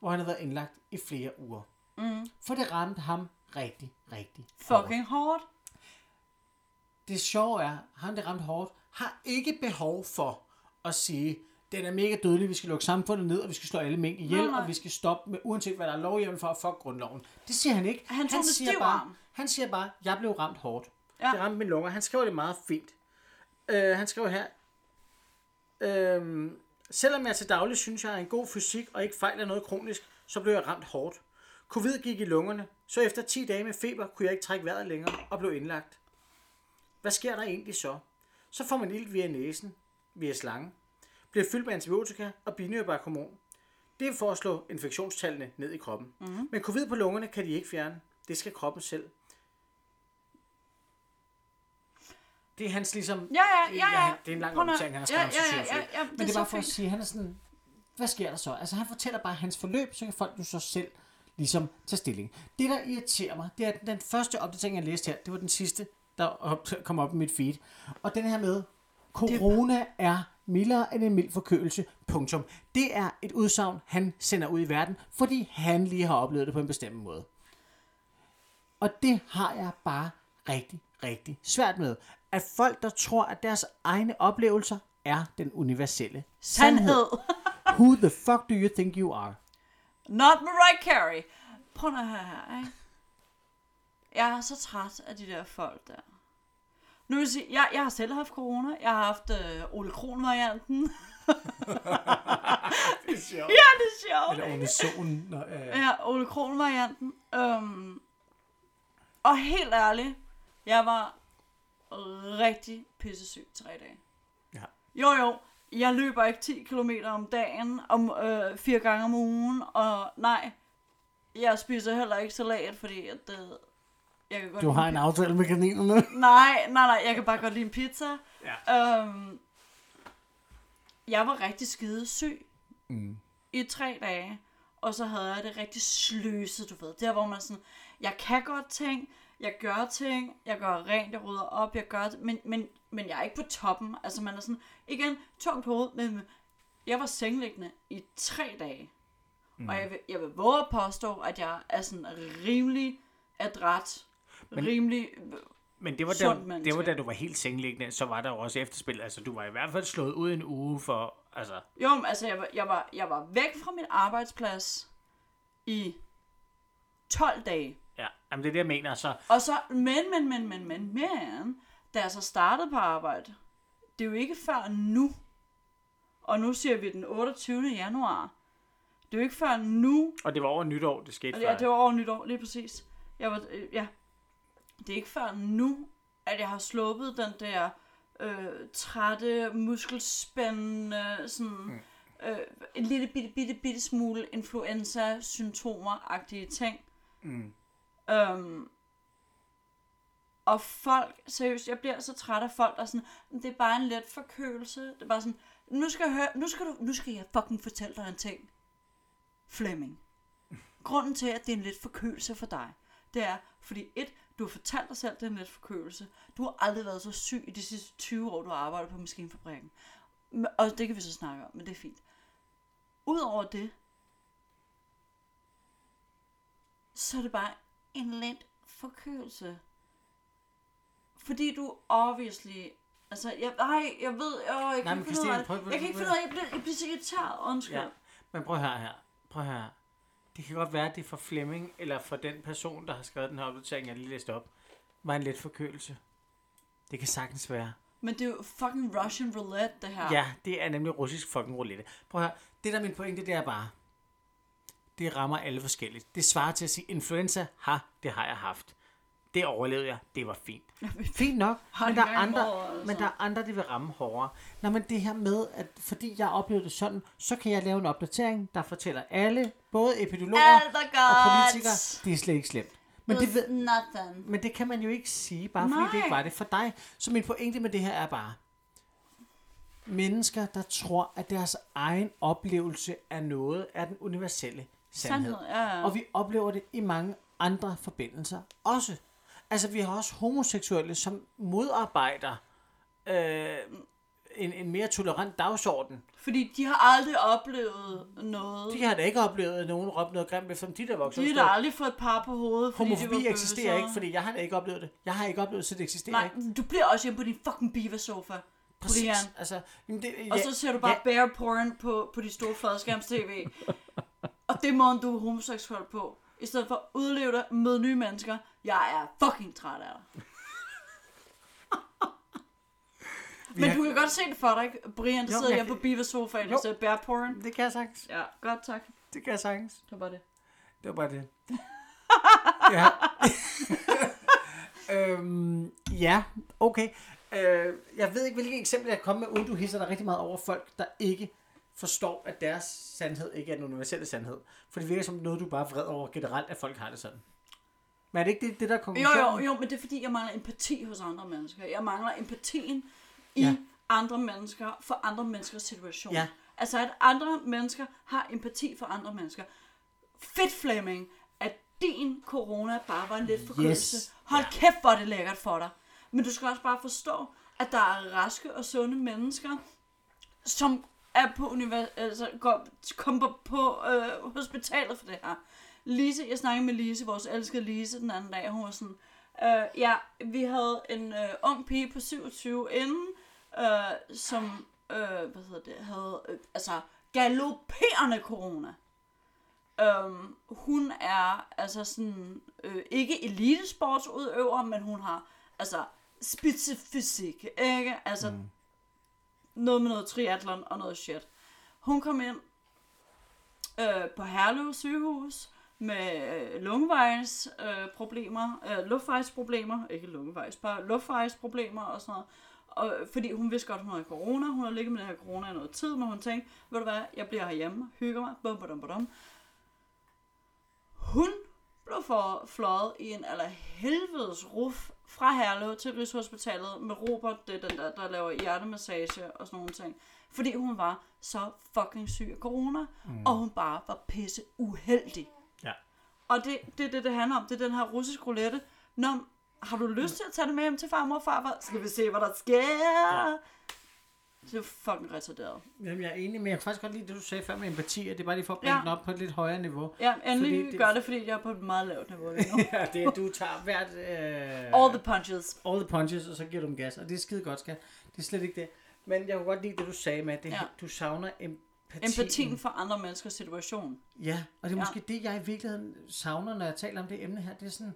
[SPEAKER 4] hvor han havde været indlagt i flere uger. Mm. For det ramte ham rigtig, rigtig hårdt.
[SPEAKER 3] Fucking hårdt.
[SPEAKER 4] det sjove er, ham der ramte hårdt, har ikke behov for at sige, den er mega dødelig, vi skal lukke samfundet ned, og vi skal slå alle mink ihjel,
[SPEAKER 3] Nej, nej.
[SPEAKER 4] og vi skal stoppe med, uanset hvad der er lovhjemmel for, fuck grundloven. Det siger han ikke.
[SPEAKER 3] Han tog med stiv
[SPEAKER 4] bare,
[SPEAKER 3] arm.
[SPEAKER 4] han siger bare, jeg blev ramt hårdt.
[SPEAKER 6] det ramte min lunger. Han skriver det meget fint. Øh, han skriver her, øh, selvom jeg til daglig synes, jeg er en god fysik og ikke fejler noget kronisk, så blev jeg ramt hårdt. Covid gik i lungerne, så efter 10 dage med feber kunne jeg ikke trække vejret længere og blev indlagt. Hvad sker der egentlig så? Så får man ilt via næsen, via slangen, bliver fyldt med antibiotika og binyrbarkhormon. Det er for at slå infektionstallene ned i kroppen.
[SPEAKER 3] Mhm.
[SPEAKER 6] Mm-hmm. Men covid på lungerne kan de ikke fjerne. Det skal kroppen selv.
[SPEAKER 4] Det er hans ligesom...
[SPEAKER 3] Ja, ja, ja, ja.
[SPEAKER 4] det er en lang
[SPEAKER 3] Prøv nu-
[SPEAKER 4] organisering, han har skrevet om
[SPEAKER 3] ja, ja,
[SPEAKER 4] socialt.
[SPEAKER 3] ja, ja, ja,
[SPEAKER 4] Men
[SPEAKER 3] det er
[SPEAKER 4] det er
[SPEAKER 3] så
[SPEAKER 4] bare for at
[SPEAKER 3] fint.
[SPEAKER 4] sige, han er sådan, hvad sker der så? Altså han fortæller bare hans forløb, så kan folk nu så selv ligesom tage stilling. Det, der irriterer mig, det er, at den første opdatering, jeg læste her, det var den sidste, der op, kom op i mit feed. Og den her med, corona er mildere end en mild forkølelse, punktum. Det er et udsagn, han sender ud i verden, fordi han lige har oplevet det på en bestemt måde. Og det har jeg bare rigtig, rigtig svært med. At folk, der tror, at deres egne oplevelser er den universelle
[SPEAKER 3] Sandhed.
[SPEAKER 4] Who the fuck do you think you are?
[SPEAKER 3] Not Mariah Carey. Prøv nu at høre her, ikke? Jeg er så træt af de der folk der. Nu vil jeg sige, jeg, jeg har selv haft corona. Jeg har haft øh, Ole Kron-varianten. det er sjovt. Ja, det er sjovt.
[SPEAKER 4] Eller under solen. Nå, øh,
[SPEAKER 3] Ja, Ole Kron-varianten. Øhm, og helt ærligt, jeg var rigtig pissesyg tre dage.
[SPEAKER 4] Ja.
[SPEAKER 3] Jo, jo. Jeg løber ikke 10 km om dagen, om øh, fire gange om ugen, og nej, jeg spiser heller ikke salat, fordi at, øh, jeg kan godt
[SPEAKER 4] Du
[SPEAKER 3] lide-
[SPEAKER 4] har en aftale med kaninerne.
[SPEAKER 3] Nej, nej, nej, jeg kan bare godt lide en pizza. Ja. Øhm, jeg var rigtig skide syg mm. i tre dage, og så havde jeg det rigtig sløset, du ved. Der, hvor man sådan, jeg kan godt ting, jeg gør ting, jeg gør rent, jeg rydder op, jeg gør det, men, men, men jeg er ikke på toppen. Altså man er sådan, igen, tungt hoved, men jeg var sengeliggende i tre dage. Mm. Og jeg vil, jeg vil våge at påstå, at jeg er sådan rimelig adræt, rimelig
[SPEAKER 6] Men det var,
[SPEAKER 3] Sundt
[SPEAKER 6] da,
[SPEAKER 3] menneske.
[SPEAKER 6] det var da du var helt sengeliggende, så var der jo også efterspil. Altså, du var i hvert fald slået ud en uge for... Altså,
[SPEAKER 3] Jo, men altså, jeg var, jeg, var, jeg var væk fra min arbejdsplads i 12 dage.
[SPEAKER 6] ja, jamen, det er det, jeg mener. Så
[SPEAKER 3] Og så, men, men, men, men, men, men, da jeg så startede på arbejde, det er jo ikke før nu, og nu siger vi den 28. januar, det er jo ikke før nu,
[SPEAKER 6] Og det var over nytår, det skete
[SPEAKER 3] Ja, det var over nytår, lige præcis. Jeg var, øh, ja. Det er ikke før nu, at jeg har sluppet den der øh, trætte, muskelspændende, sådan, mm. øh, en lille bitte, bitte, bitte smule influenza-symptomer-agtige ting. Mm. Øhm, og folk, seriøst, jeg bliver så træt af folk, der er sådan, "Men det er bare en let forkølelse. Det er bare sådan, nu skal, jeg høre, nu skal, du, nu skal jeg fucking fortælle dig en ting. Flemming. Grunden til, at det er en let forkølelse for dig, det er, fordi et, du har fortalt dig selv, at det er en let forkølelse. Du har aldrig været så syg i de sidste 20 år, du har arbejdet på maskinfabrikken. Men- Og det kan vi så snakke om, men det er fint. Udover det, så er det bare en let forkølelse. Fordi du obviously... Altså, jeg, nej, jeg ved... Åh, jeg kan
[SPEAKER 6] men
[SPEAKER 3] ikke finde ud
[SPEAKER 6] Christine,
[SPEAKER 3] af det.
[SPEAKER 6] prøv- prøv-
[SPEAKER 3] Jeg kan ikke
[SPEAKER 6] prøv-
[SPEAKER 3] finde ud af det. Jeg bliver, jeg bliver så irriteret. Undskyld.
[SPEAKER 6] Ja. Men prøv at høre her. Prøv at høre her. Det kan godt være, at det for Flemming, eller for den person, der har skrevet den her opdatering, jeg lige læste op, var en let forkølelse. Det kan sagtens være.
[SPEAKER 3] Men det er jo fucking Russian roulette, det her.
[SPEAKER 6] Ja, det er nemlig russisk fucking roulette. Prøv at høre. Det, der er min pointe, det er bare, det rammer alle forskelligt. Det svarer til at sige, influenza, ha, det har jeg haft. Det overlevede jeg. Det var fint. Fint nok, men
[SPEAKER 3] en
[SPEAKER 6] der, er
[SPEAKER 3] gang om
[SPEAKER 6] andre,
[SPEAKER 3] året, altså.
[SPEAKER 6] men der er andre, det vil ramme hårdere.
[SPEAKER 4] Nå, men det her med, at fordi jeg oplevede det sådan, så kan jeg lave en opdatering, der fortæller alle, både epidemiologer
[SPEAKER 3] Alt er
[SPEAKER 4] og
[SPEAKER 3] godt.
[SPEAKER 4] politikere, det er slet ikke slemt. Men det, ved,
[SPEAKER 3] Nothing.
[SPEAKER 4] men det kan man jo ikke sige, bare fordi Nej. det
[SPEAKER 3] Nej.
[SPEAKER 4] ikke var det for dig. Så min pointe med det her er bare, mennesker, der tror, at deres egen oplevelse af noget er den universelle sandhed.
[SPEAKER 3] Sandhed, ja, ja.
[SPEAKER 4] Og vi oplever det i mange andre forbindelser også. Altså, vi har også homoseksuelle, som modarbejder øh, en, en mere tolerant dagsorden.
[SPEAKER 3] Fordi de har aldrig oplevet noget.
[SPEAKER 4] De har da ikke oplevet, at nogen råbte noget grimt, efter de der voksede
[SPEAKER 3] De har da aldrig fået et par på hovedet, fordi de var
[SPEAKER 4] Homofobi
[SPEAKER 3] bøsser.
[SPEAKER 4] eksisterer ikke, fordi jeg har da ikke oplevet det. Jeg har ikke oplevet, så det eksisterer
[SPEAKER 3] Nej,
[SPEAKER 4] ikke.
[SPEAKER 3] du bliver også hjemme på din fucking biva-sofa. Brian.
[SPEAKER 4] Altså, jamen det, ja,
[SPEAKER 3] Og så ser du bare ja. bare porn på, på de store fladskærms tv. og det må du er homoseksuel på. I stedet for at udleve dig, møde nye mennesker. Jeg er fucking træt af
[SPEAKER 4] *laughs*
[SPEAKER 3] dig. Men du kan godt se det for dig, ikke? Brian, der
[SPEAKER 4] Jo,
[SPEAKER 3] sidder
[SPEAKER 4] jeg-
[SPEAKER 3] hjemme på Beaver sofaen og ser bear porn.
[SPEAKER 4] det kan jeg sagtens.
[SPEAKER 3] Ja, godt tak.
[SPEAKER 4] Det kan jeg sagtens.
[SPEAKER 3] Det var det.
[SPEAKER 4] Det var bare
[SPEAKER 3] *laughs*
[SPEAKER 4] det. ja. *laughs* øhm, ja, okay. Øh, jeg ved ikke, hvilke eksempler jeg kommer med, uden du hisser dig rigtig meget over folk, der ikke forstår, at deres sandhed ikke er den universelle sandhed. For det virker som noget, du bare er vred over generelt, at folk har det sådan. Men er det ikke det, det der kommer
[SPEAKER 3] Jo, jo, jo, men det er fordi, jeg mangler empati hos andre mennesker. Jeg mangler empatien i
[SPEAKER 4] Ja.
[SPEAKER 3] ja. andre mennesker for andre menneskers situation.
[SPEAKER 4] Ja.
[SPEAKER 3] Altså, at andre mennesker har empati for andre mennesker. Fedt Flemming, at din corona bare var en lidt forkølelse.
[SPEAKER 4] Yes.
[SPEAKER 3] Hold kæft, hvor er det lækkert for dig. Men du skal også bare forstå, at der er raske og sunde mennesker, som er på univers- altså, går, kommer på øh, hospitalet for det her. Lise, jeg snakkede med Lise, vores elskede Lise, den anden dag, hun var sådan, øh, ja, vi havde en øh, ung pige på 27 inden, øh, som, øh, hvad hedder det, havde, øh, altså, galopperende corona. Øhm, hun er altså sådan, øh, ikke elitesportsudøver, men hun har altså spidsefysik, ikke? Altså mm. noget med noget triatlon og noget shit. Hun kom ind øh, på Herlev sygehus med øh, lungevejsproblemer, øh, problemer, øh, luftvejsproblemer, ikke lungevejs, bare luftvejsproblemer og sådan noget. Og, fordi hun vidste godt, hun havde corona. Hun havde ligget med den her corona i noget tid, men hun tænkte, ved du hvad, jeg bliver herhjemme, hygger mig, bum, bum, bum, bum. Hun blev for, fløjet i en allerhelvedes ruf fra Herlev til Rigshospitalet med Robert, det er den der, der laver hjertemassage og sådan nogle ting. Fordi hun var så fucking syg af corona, mm. og hun bare var pisse uheldig.
[SPEAKER 4] Ja.
[SPEAKER 3] Og det er det, det, det handler om. Det er den her russisk roulette. Nå, har du lyst til at tage det med hjem til farmor og farfar? Skal vi se, hvad der sker? Ja. Det er fucking retarderet.
[SPEAKER 4] Jamen, jeg er enig, men jeg kan faktisk godt lide det, du sagde før med empati, at det er bare lige for at bringe
[SPEAKER 3] bringe
[SPEAKER 4] ja.
[SPEAKER 3] Ja.
[SPEAKER 4] den
[SPEAKER 3] den
[SPEAKER 4] op på et lidt højere niveau.
[SPEAKER 3] Ja, endelig
[SPEAKER 4] Fordi det-
[SPEAKER 3] det... gør det, fordi jeg er på et meget lavt niveau lige *laughs* nu.
[SPEAKER 4] *laughs* Ja, det er, du tager hvert... Øh...
[SPEAKER 3] All the punches.
[SPEAKER 4] all the punches, og så giver du dem gas. Og det er skide godt, skat. Det er slet ikke det. Men jeg kunne godt lide det, du sagde med, at det, ja.
[SPEAKER 3] Ja.
[SPEAKER 4] du savner empatien.
[SPEAKER 3] Empatien for andre menneskers situation.
[SPEAKER 4] Ja, og det er
[SPEAKER 3] Ja.
[SPEAKER 4] måske det, jeg i virkeligheden savner, når jeg taler om det emne her. Det er sådan,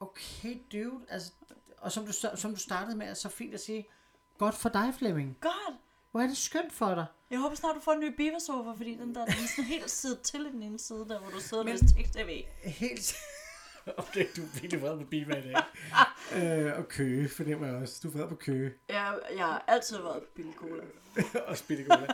[SPEAKER 4] okay dude, altså, og som du, sta- som du startede med, er så fint at sige, godt for dig, Flemming.
[SPEAKER 3] Godt!
[SPEAKER 4] Hvor er det skønt for dig.
[SPEAKER 3] Jeg håber snart, du får en ny bivasofa, fordi den der den er sådan helt side til i den ene side, der hvor du sidder med tekst tv.
[SPEAKER 4] Helt
[SPEAKER 2] Okay, du er virkelig vred på Biva i dag.
[SPEAKER 4] *laughs* øh, og køge, fornemmer jeg også. Du er vred på køge.
[SPEAKER 3] Jeg, jeg har altid været på Billy Cola.
[SPEAKER 2] og spille cola.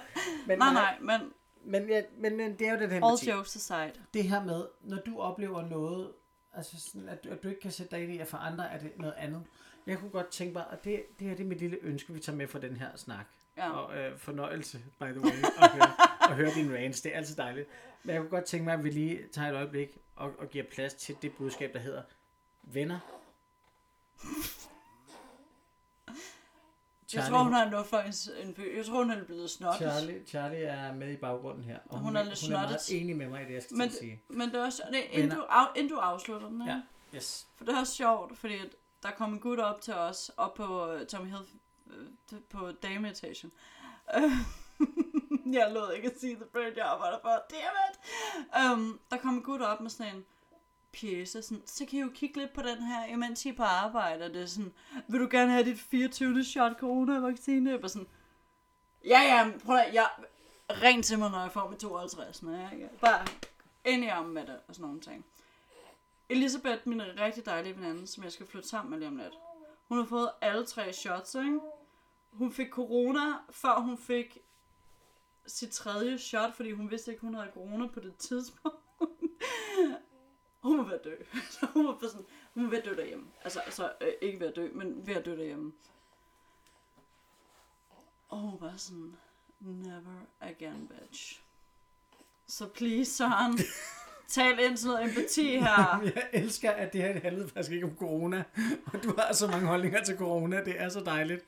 [SPEAKER 4] Men,
[SPEAKER 3] Nej, nej, men
[SPEAKER 4] Men, ja, men, men det er jo den her
[SPEAKER 3] all jokes aside.
[SPEAKER 4] det her med, når du oplever noget, altså sådan, at, du, at du ikke kan sætte dig ind i, at for andre er det noget andet. Jeg kunne godt tænke mig, og det, det her det er mit lille ønske, vi tager med fra den her snak.
[SPEAKER 3] Ja.
[SPEAKER 4] Og øh, fornøjelse, by the way, at høre, at høre dine rants. Det er altid dejligt. Men jeg kunne godt tænke mig, at vi lige tager et øjeblik og, og giver plads til det budskab, der hedder, venner.
[SPEAKER 3] Jeg tror, hun har en luftføjningsindbyg. Jeg tror, hun er blevet snottet.
[SPEAKER 4] Charlie, Charlie er med i baggrunden her, og
[SPEAKER 3] Hun
[SPEAKER 4] hun,
[SPEAKER 3] er
[SPEAKER 4] er,
[SPEAKER 3] lidt
[SPEAKER 4] hun er meget
[SPEAKER 3] snottet.
[SPEAKER 4] enig med mig i det, jeg skal til
[SPEAKER 3] Men,
[SPEAKER 4] at sige.
[SPEAKER 3] men det er også... Det, er, inden,
[SPEAKER 4] Venner.
[SPEAKER 3] du af, inden du afslutter den, ikke?
[SPEAKER 4] Ja. Yes.
[SPEAKER 3] For det er også sjovt, fordi at der kom en gut op til os, op på øh, Tommy Hill, øh, på dameetagen. *laughs* Øh, jeg lod ikke at sige the brand, jeg arbejder for. Damn it! Um, der kom en gut op med sådan en pjæse, sådan, så kan I jo kigge lidt på den her, imens I er på arbejde, og det er sådan, vil du gerne have dit 24. shot corona-vaccine? Jeg var sådan, ja, ja, men prøv at, jeg, ring til mig, når jeg får mit 52. Når jeg, jeg bare ind i armen med det, og sådan nogle ting. Elisabeth, min rigtig dejlige veninde, som jeg skal flytte sammen med lige om lidt. Hun har fået alle tre shots, ikke? Hun fik corona, før hun fik sit tredje shot, fordi hun vidste ikke, hun havde corona på det tidspunkt. *laughs* hun var ved at dø. *laughs* Så hun var, sådan, hun var ved at dø derhjemme. Altså, altså øh, ikke ved at dø, men ved at dø derhjemme. Og hun var sådan, never again, bitch. Så please, Søren, tal ind til noget empati her.
[SPEAKER 4] Jeg elsker, at det her handlede faktisk ikke om corona. Og du har så mange holdninger til corona. Det er så dejligt.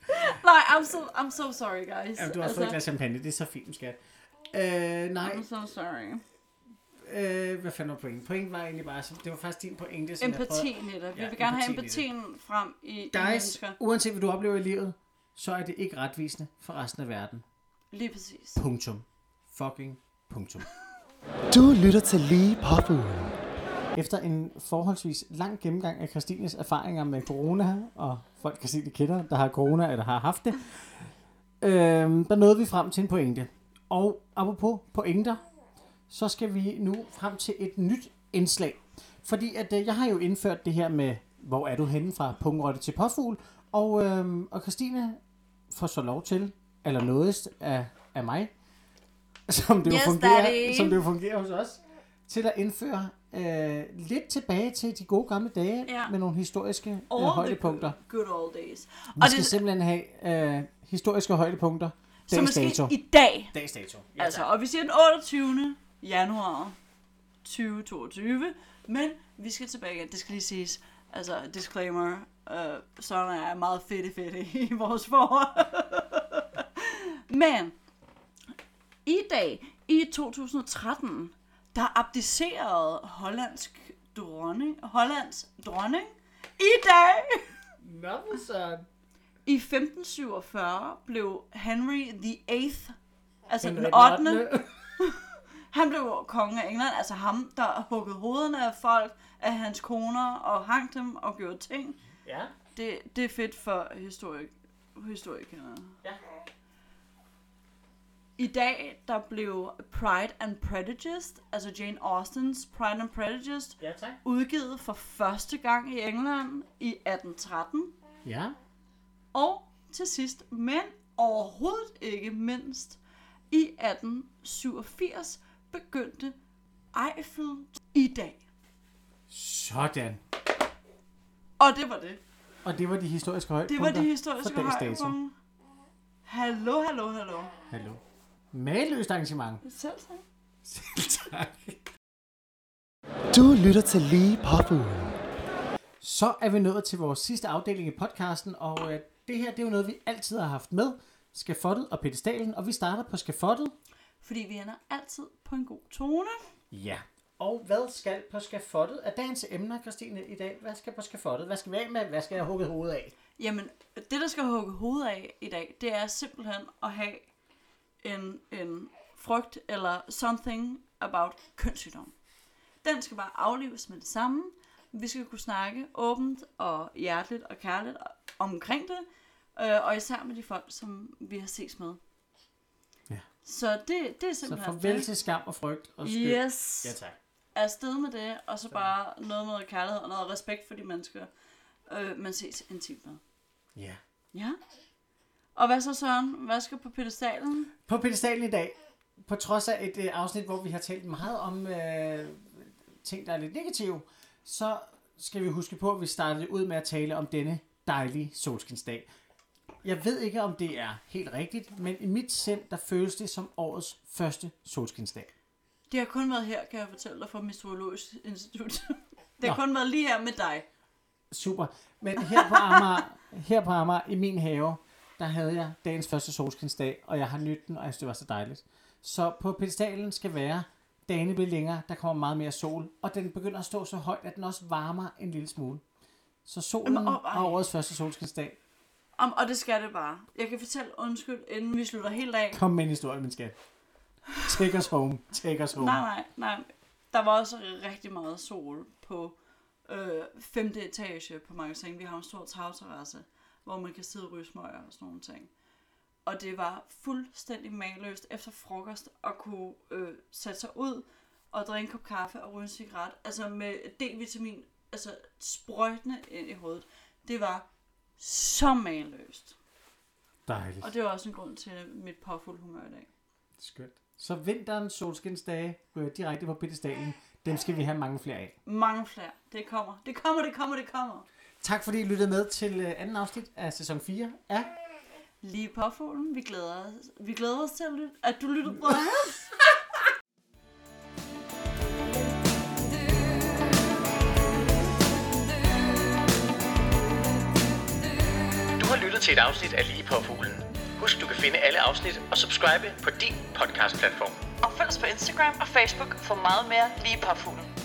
[SPEAKER 3] Nej, I'm so, I'm so sorry, guys. Altså,
[SPEAKER 4] Jamen, du har også fået et glas champagne. Det er så fint, skat. Øh, nej,
[SPEAKER 3] I'm so sorry.
[SPEAKER 4] øh, hvad fanden var pointen? Pointen var egentlig bare, som- det var faktisk din pointe. Som Jeg
[SPEAKER 3] Empatien i det. Vi
[SPEAKER 4] Ja,
[SPEAKER 3] vil gerne have
[SPEAKER 4] empatien
[SPEAKER 3] empatien frem i, i
[SPEAKER 4] prøvede. Guys,
[SPEAKER 3] mennesker.
[SPEAKER 4] uanset hvad du oplever i livet, så er det ikke retvisende for resten af verden.
[SPEAKER 3] Lige præcis.
[SPEAKER 4] Punktum. Fucking punktum.
[SPEAKER 5] Du lytter til Lige Påfuglen.
[SPEAKER 4] Efter en forholdsvis lang gennemgang af Christines erfaringer med corona, og folk kan se, de kender, der har corona eller har haft det, øh, der nåede vi frem til en pointe. Og apropos pointer, så skal vi nu frem til et nyt indslag. Fordi at øh, jeg har jo indført det her med, hvor er du henne fra pungrotte til påfugl, og, øh, og Christine får så lov til, eller nådest af, af mig, *laughs* som det, jo
[SPEAKER 3] Yes,
[SPEAKER 4] fungerer,
[SPEAKER 3] daddy.
[SPEAKER 4] som det jo fungerer hos os, til at indføre øh, lidt tilbage til de gode gamle dage
[SPEAKER 3] Ja.
[SPEAKER 4] med nogle historiske øh,
[SPEAKER 3] All the
[SPEAKER 4] højdepunkter.
[SPEAKER 3] good- Good old days.
[SPEAKER 4] Vi
[SPEAKER 3] Og
[SPEAKER 4] skal
[SPEAKER 3] det,
[SPEAKER 4] simpelthen have øh, historiske højdepunkter.
[SPEAKER 3] så
[SPEAKER 4] Dags
[SPEAKER 3] måske
[SPEAKER 4] dato.
[SPEAKER 3] i dag,
[SPEAKER 4] Dags dato. Ja,
[SPEAKER 3] altså, og vi siger den 28. januar 2022, men vi skal tilbage igen. Det skal lige siges, altså disclaimer, øh, Søren og jeg er meget fedt fedt *laughs* i vores forhold. *laughs* men i dag, i 2013, der abdicerede hollandsk dronning, Hollands dronning, i dag
[SPEAKER 4] Nå, så...
[SPEAKER 3] i 1547 blev Henry the 8th, altså
[SPEAKER 4] Henrik
[SPEAKER 3] den 8. Han blev konge af England, altså ham, der huggede hovederne af folk, af hans koner og hang dem og gjorde ting.
[SPEAKER 4] Ja.
[SPEAKER 3] Det, det er fedt for historik, historikere.
[SPEAKER 4] Ja.
[SPEAKER 3] I dag, der blev Pride and Prejudice, altså Jane Austens Pride and Prejudice,
[SPEAKER 4] Ja, tak.
[SPEAKER 3] udgivet for første gang i England i 1813.
[SPEAKER 4] Ja.
[SPEAKER 3] Og til sidst, men overhovedet ikke mindst, i 1887 begyndte Eiffel i dag.
[SPEAKER 4] Sådan.
[SPEAKER 3] Og det var det.
[SPEAKER 4] Og det var de historiske
[SPEAKER 3] Det
[SPEAKER 4] højdepunkter
[SPEAKER 3] var de
[SPEAKER 4] for
[SPEAKER 3] historiske
[SPEAKER 4] dags dato.
[SPEAKER 3] højdepunkter. Hallo, hallo, hallo.
[SPEAKER 4] Hallo. Maløst arrangement. *laughs*
[SPEAKER 3] Selv tak.
[SPEAKER 4] Selv tak.
[SPEAKER 5] Du lytter til Lige Påfuglen.
[SPEAKER 4] Så er vi nået til vores sidste afdeling i podcasten, og øh, det her det er jo noget, vi altid har haft med. Skafottet og pedestalen, og vi starter på skafottet.
[SPEAKER 3] Fordi vi ender altid på en god tone.
[SPEAKER 4] Ja. Og hvad skal på skafottet? Er dagens emner, Christine, i dag? Hvad skal på skafottet? Hvad skal vi af med? Hvad skal jeg hugge hovedet af?
[SPEAKER 3] Jamen, det der skal hugge hovedet af i dag, det er simpelthen at have en, en frygt eller something about kønssygdom. Den skal bare aflives med det samme. Vi skal kunne snakke åbent og hjerteligt og kærligt omkring det, øh, og især med de folk, som vi har ses med.
[SPEAKER 4] Ja.
[SPEAKER 3] Så det, det er
[SPEAKER 4] Så
[SPEAKER 3] simpelthen
[SPEAKER 4] farvel til skam og frygt og skyld.
[SPEAKER 3] altså- Yes.
[SPEAKER 4] Ja, tak.
[SPEAKER 3] afsted med det, og så bare noget med noget kærlighed og noget respekt for de mennesker, øh, man ses intimt med.
[SPEAKER 4] Ja.
[SPEAKER 3] Ja. Og hvad så, Søren? Hvad skal på pedestalen?
[SPEAKER 4] På pedestalen i dag, på trods af et øh, afsnit, hvor vi har talt meget om øh, ting, der er lidt negative, så skal vi huske på, at vi startede ud med at tale om denne dejlige solskinsdag. Jeg ved ikke, om det er helt rigtigt, men i mit sind, der føles det som årets første solskinsdag.
[SPEAKER 3] Det har kun været her, kan jeg fortælle dig, fra Meteorologisk Institut. Det har
[SPEAKER 4] Nå.
[SPEAKER 3] kun været lige her med dig.
[SPEAKER 4] Super. Men her på Amager, *laughs* her på Amager i min have, der havde jeg dagens første solskinsdag, og jeg har nydt den, og jeg synes, det var så dejligt. Så på pedestalen skal være, dagene bliver længere, der kommer meget mere sol, og den begynder at stå så højt, at den også varmer en lille smule. Så solen
[SPEAKER 3] Jamen, åh, ej.
[SPEAKER 4] og årets første solskinsdag.
[SPEAKER 3] Om, og det skal det bare. Jeg kan fortælle undskyld, inden vi slutter helt af.
[SPEAKER 4] Kom med en historie, min skat. Take us home. Take us home.
[SPEAKER 3] Nej, nej, nej. Der var også rigtig meget sol på øh, femte etage på magasin. Vi har en stor tagterrasse, hvor man kan sidde og ryge smøger og sådan nogle ting. Og det var fuldstændig mageløst efter frokost at kunne øh, sætte sig ud og drikke en kop kaffe og ryge en cigaret. Altså med D-vitamin, altså sprøjtende ind i hovedet. Det var så mageløst.
[SPEAKER 4] Dejligt.
[SPEAKER 3] Og det var også en grund til mit påfuld humør i dag.
[SPEAKER 4] Skønt. Så vinterens solskinsdage går direkte på pedestalen. Dem skal vi have mange flere af.
[SPEAKER 3] Mange flere. Det kommer. Det kommer, det kommer, det kommer.
[SPEAKER 4] Tak fordi I lyttede med til øh, anden afsnit af sæson 4 af
[SPEAKER 3] Lige påfuglen. Vi glæder os, vi glæder os til, at, lyt, at du lytter på os.
[SPEAKER 7] Du har lyttet til et afsnit af Lige på Fuglen. Husk, du kan finde alle afsnit og subscribe på din podcastplatform.
[SPEAKER 1] Og følg os på Instagram og Facebook for meget mere lige parfumen.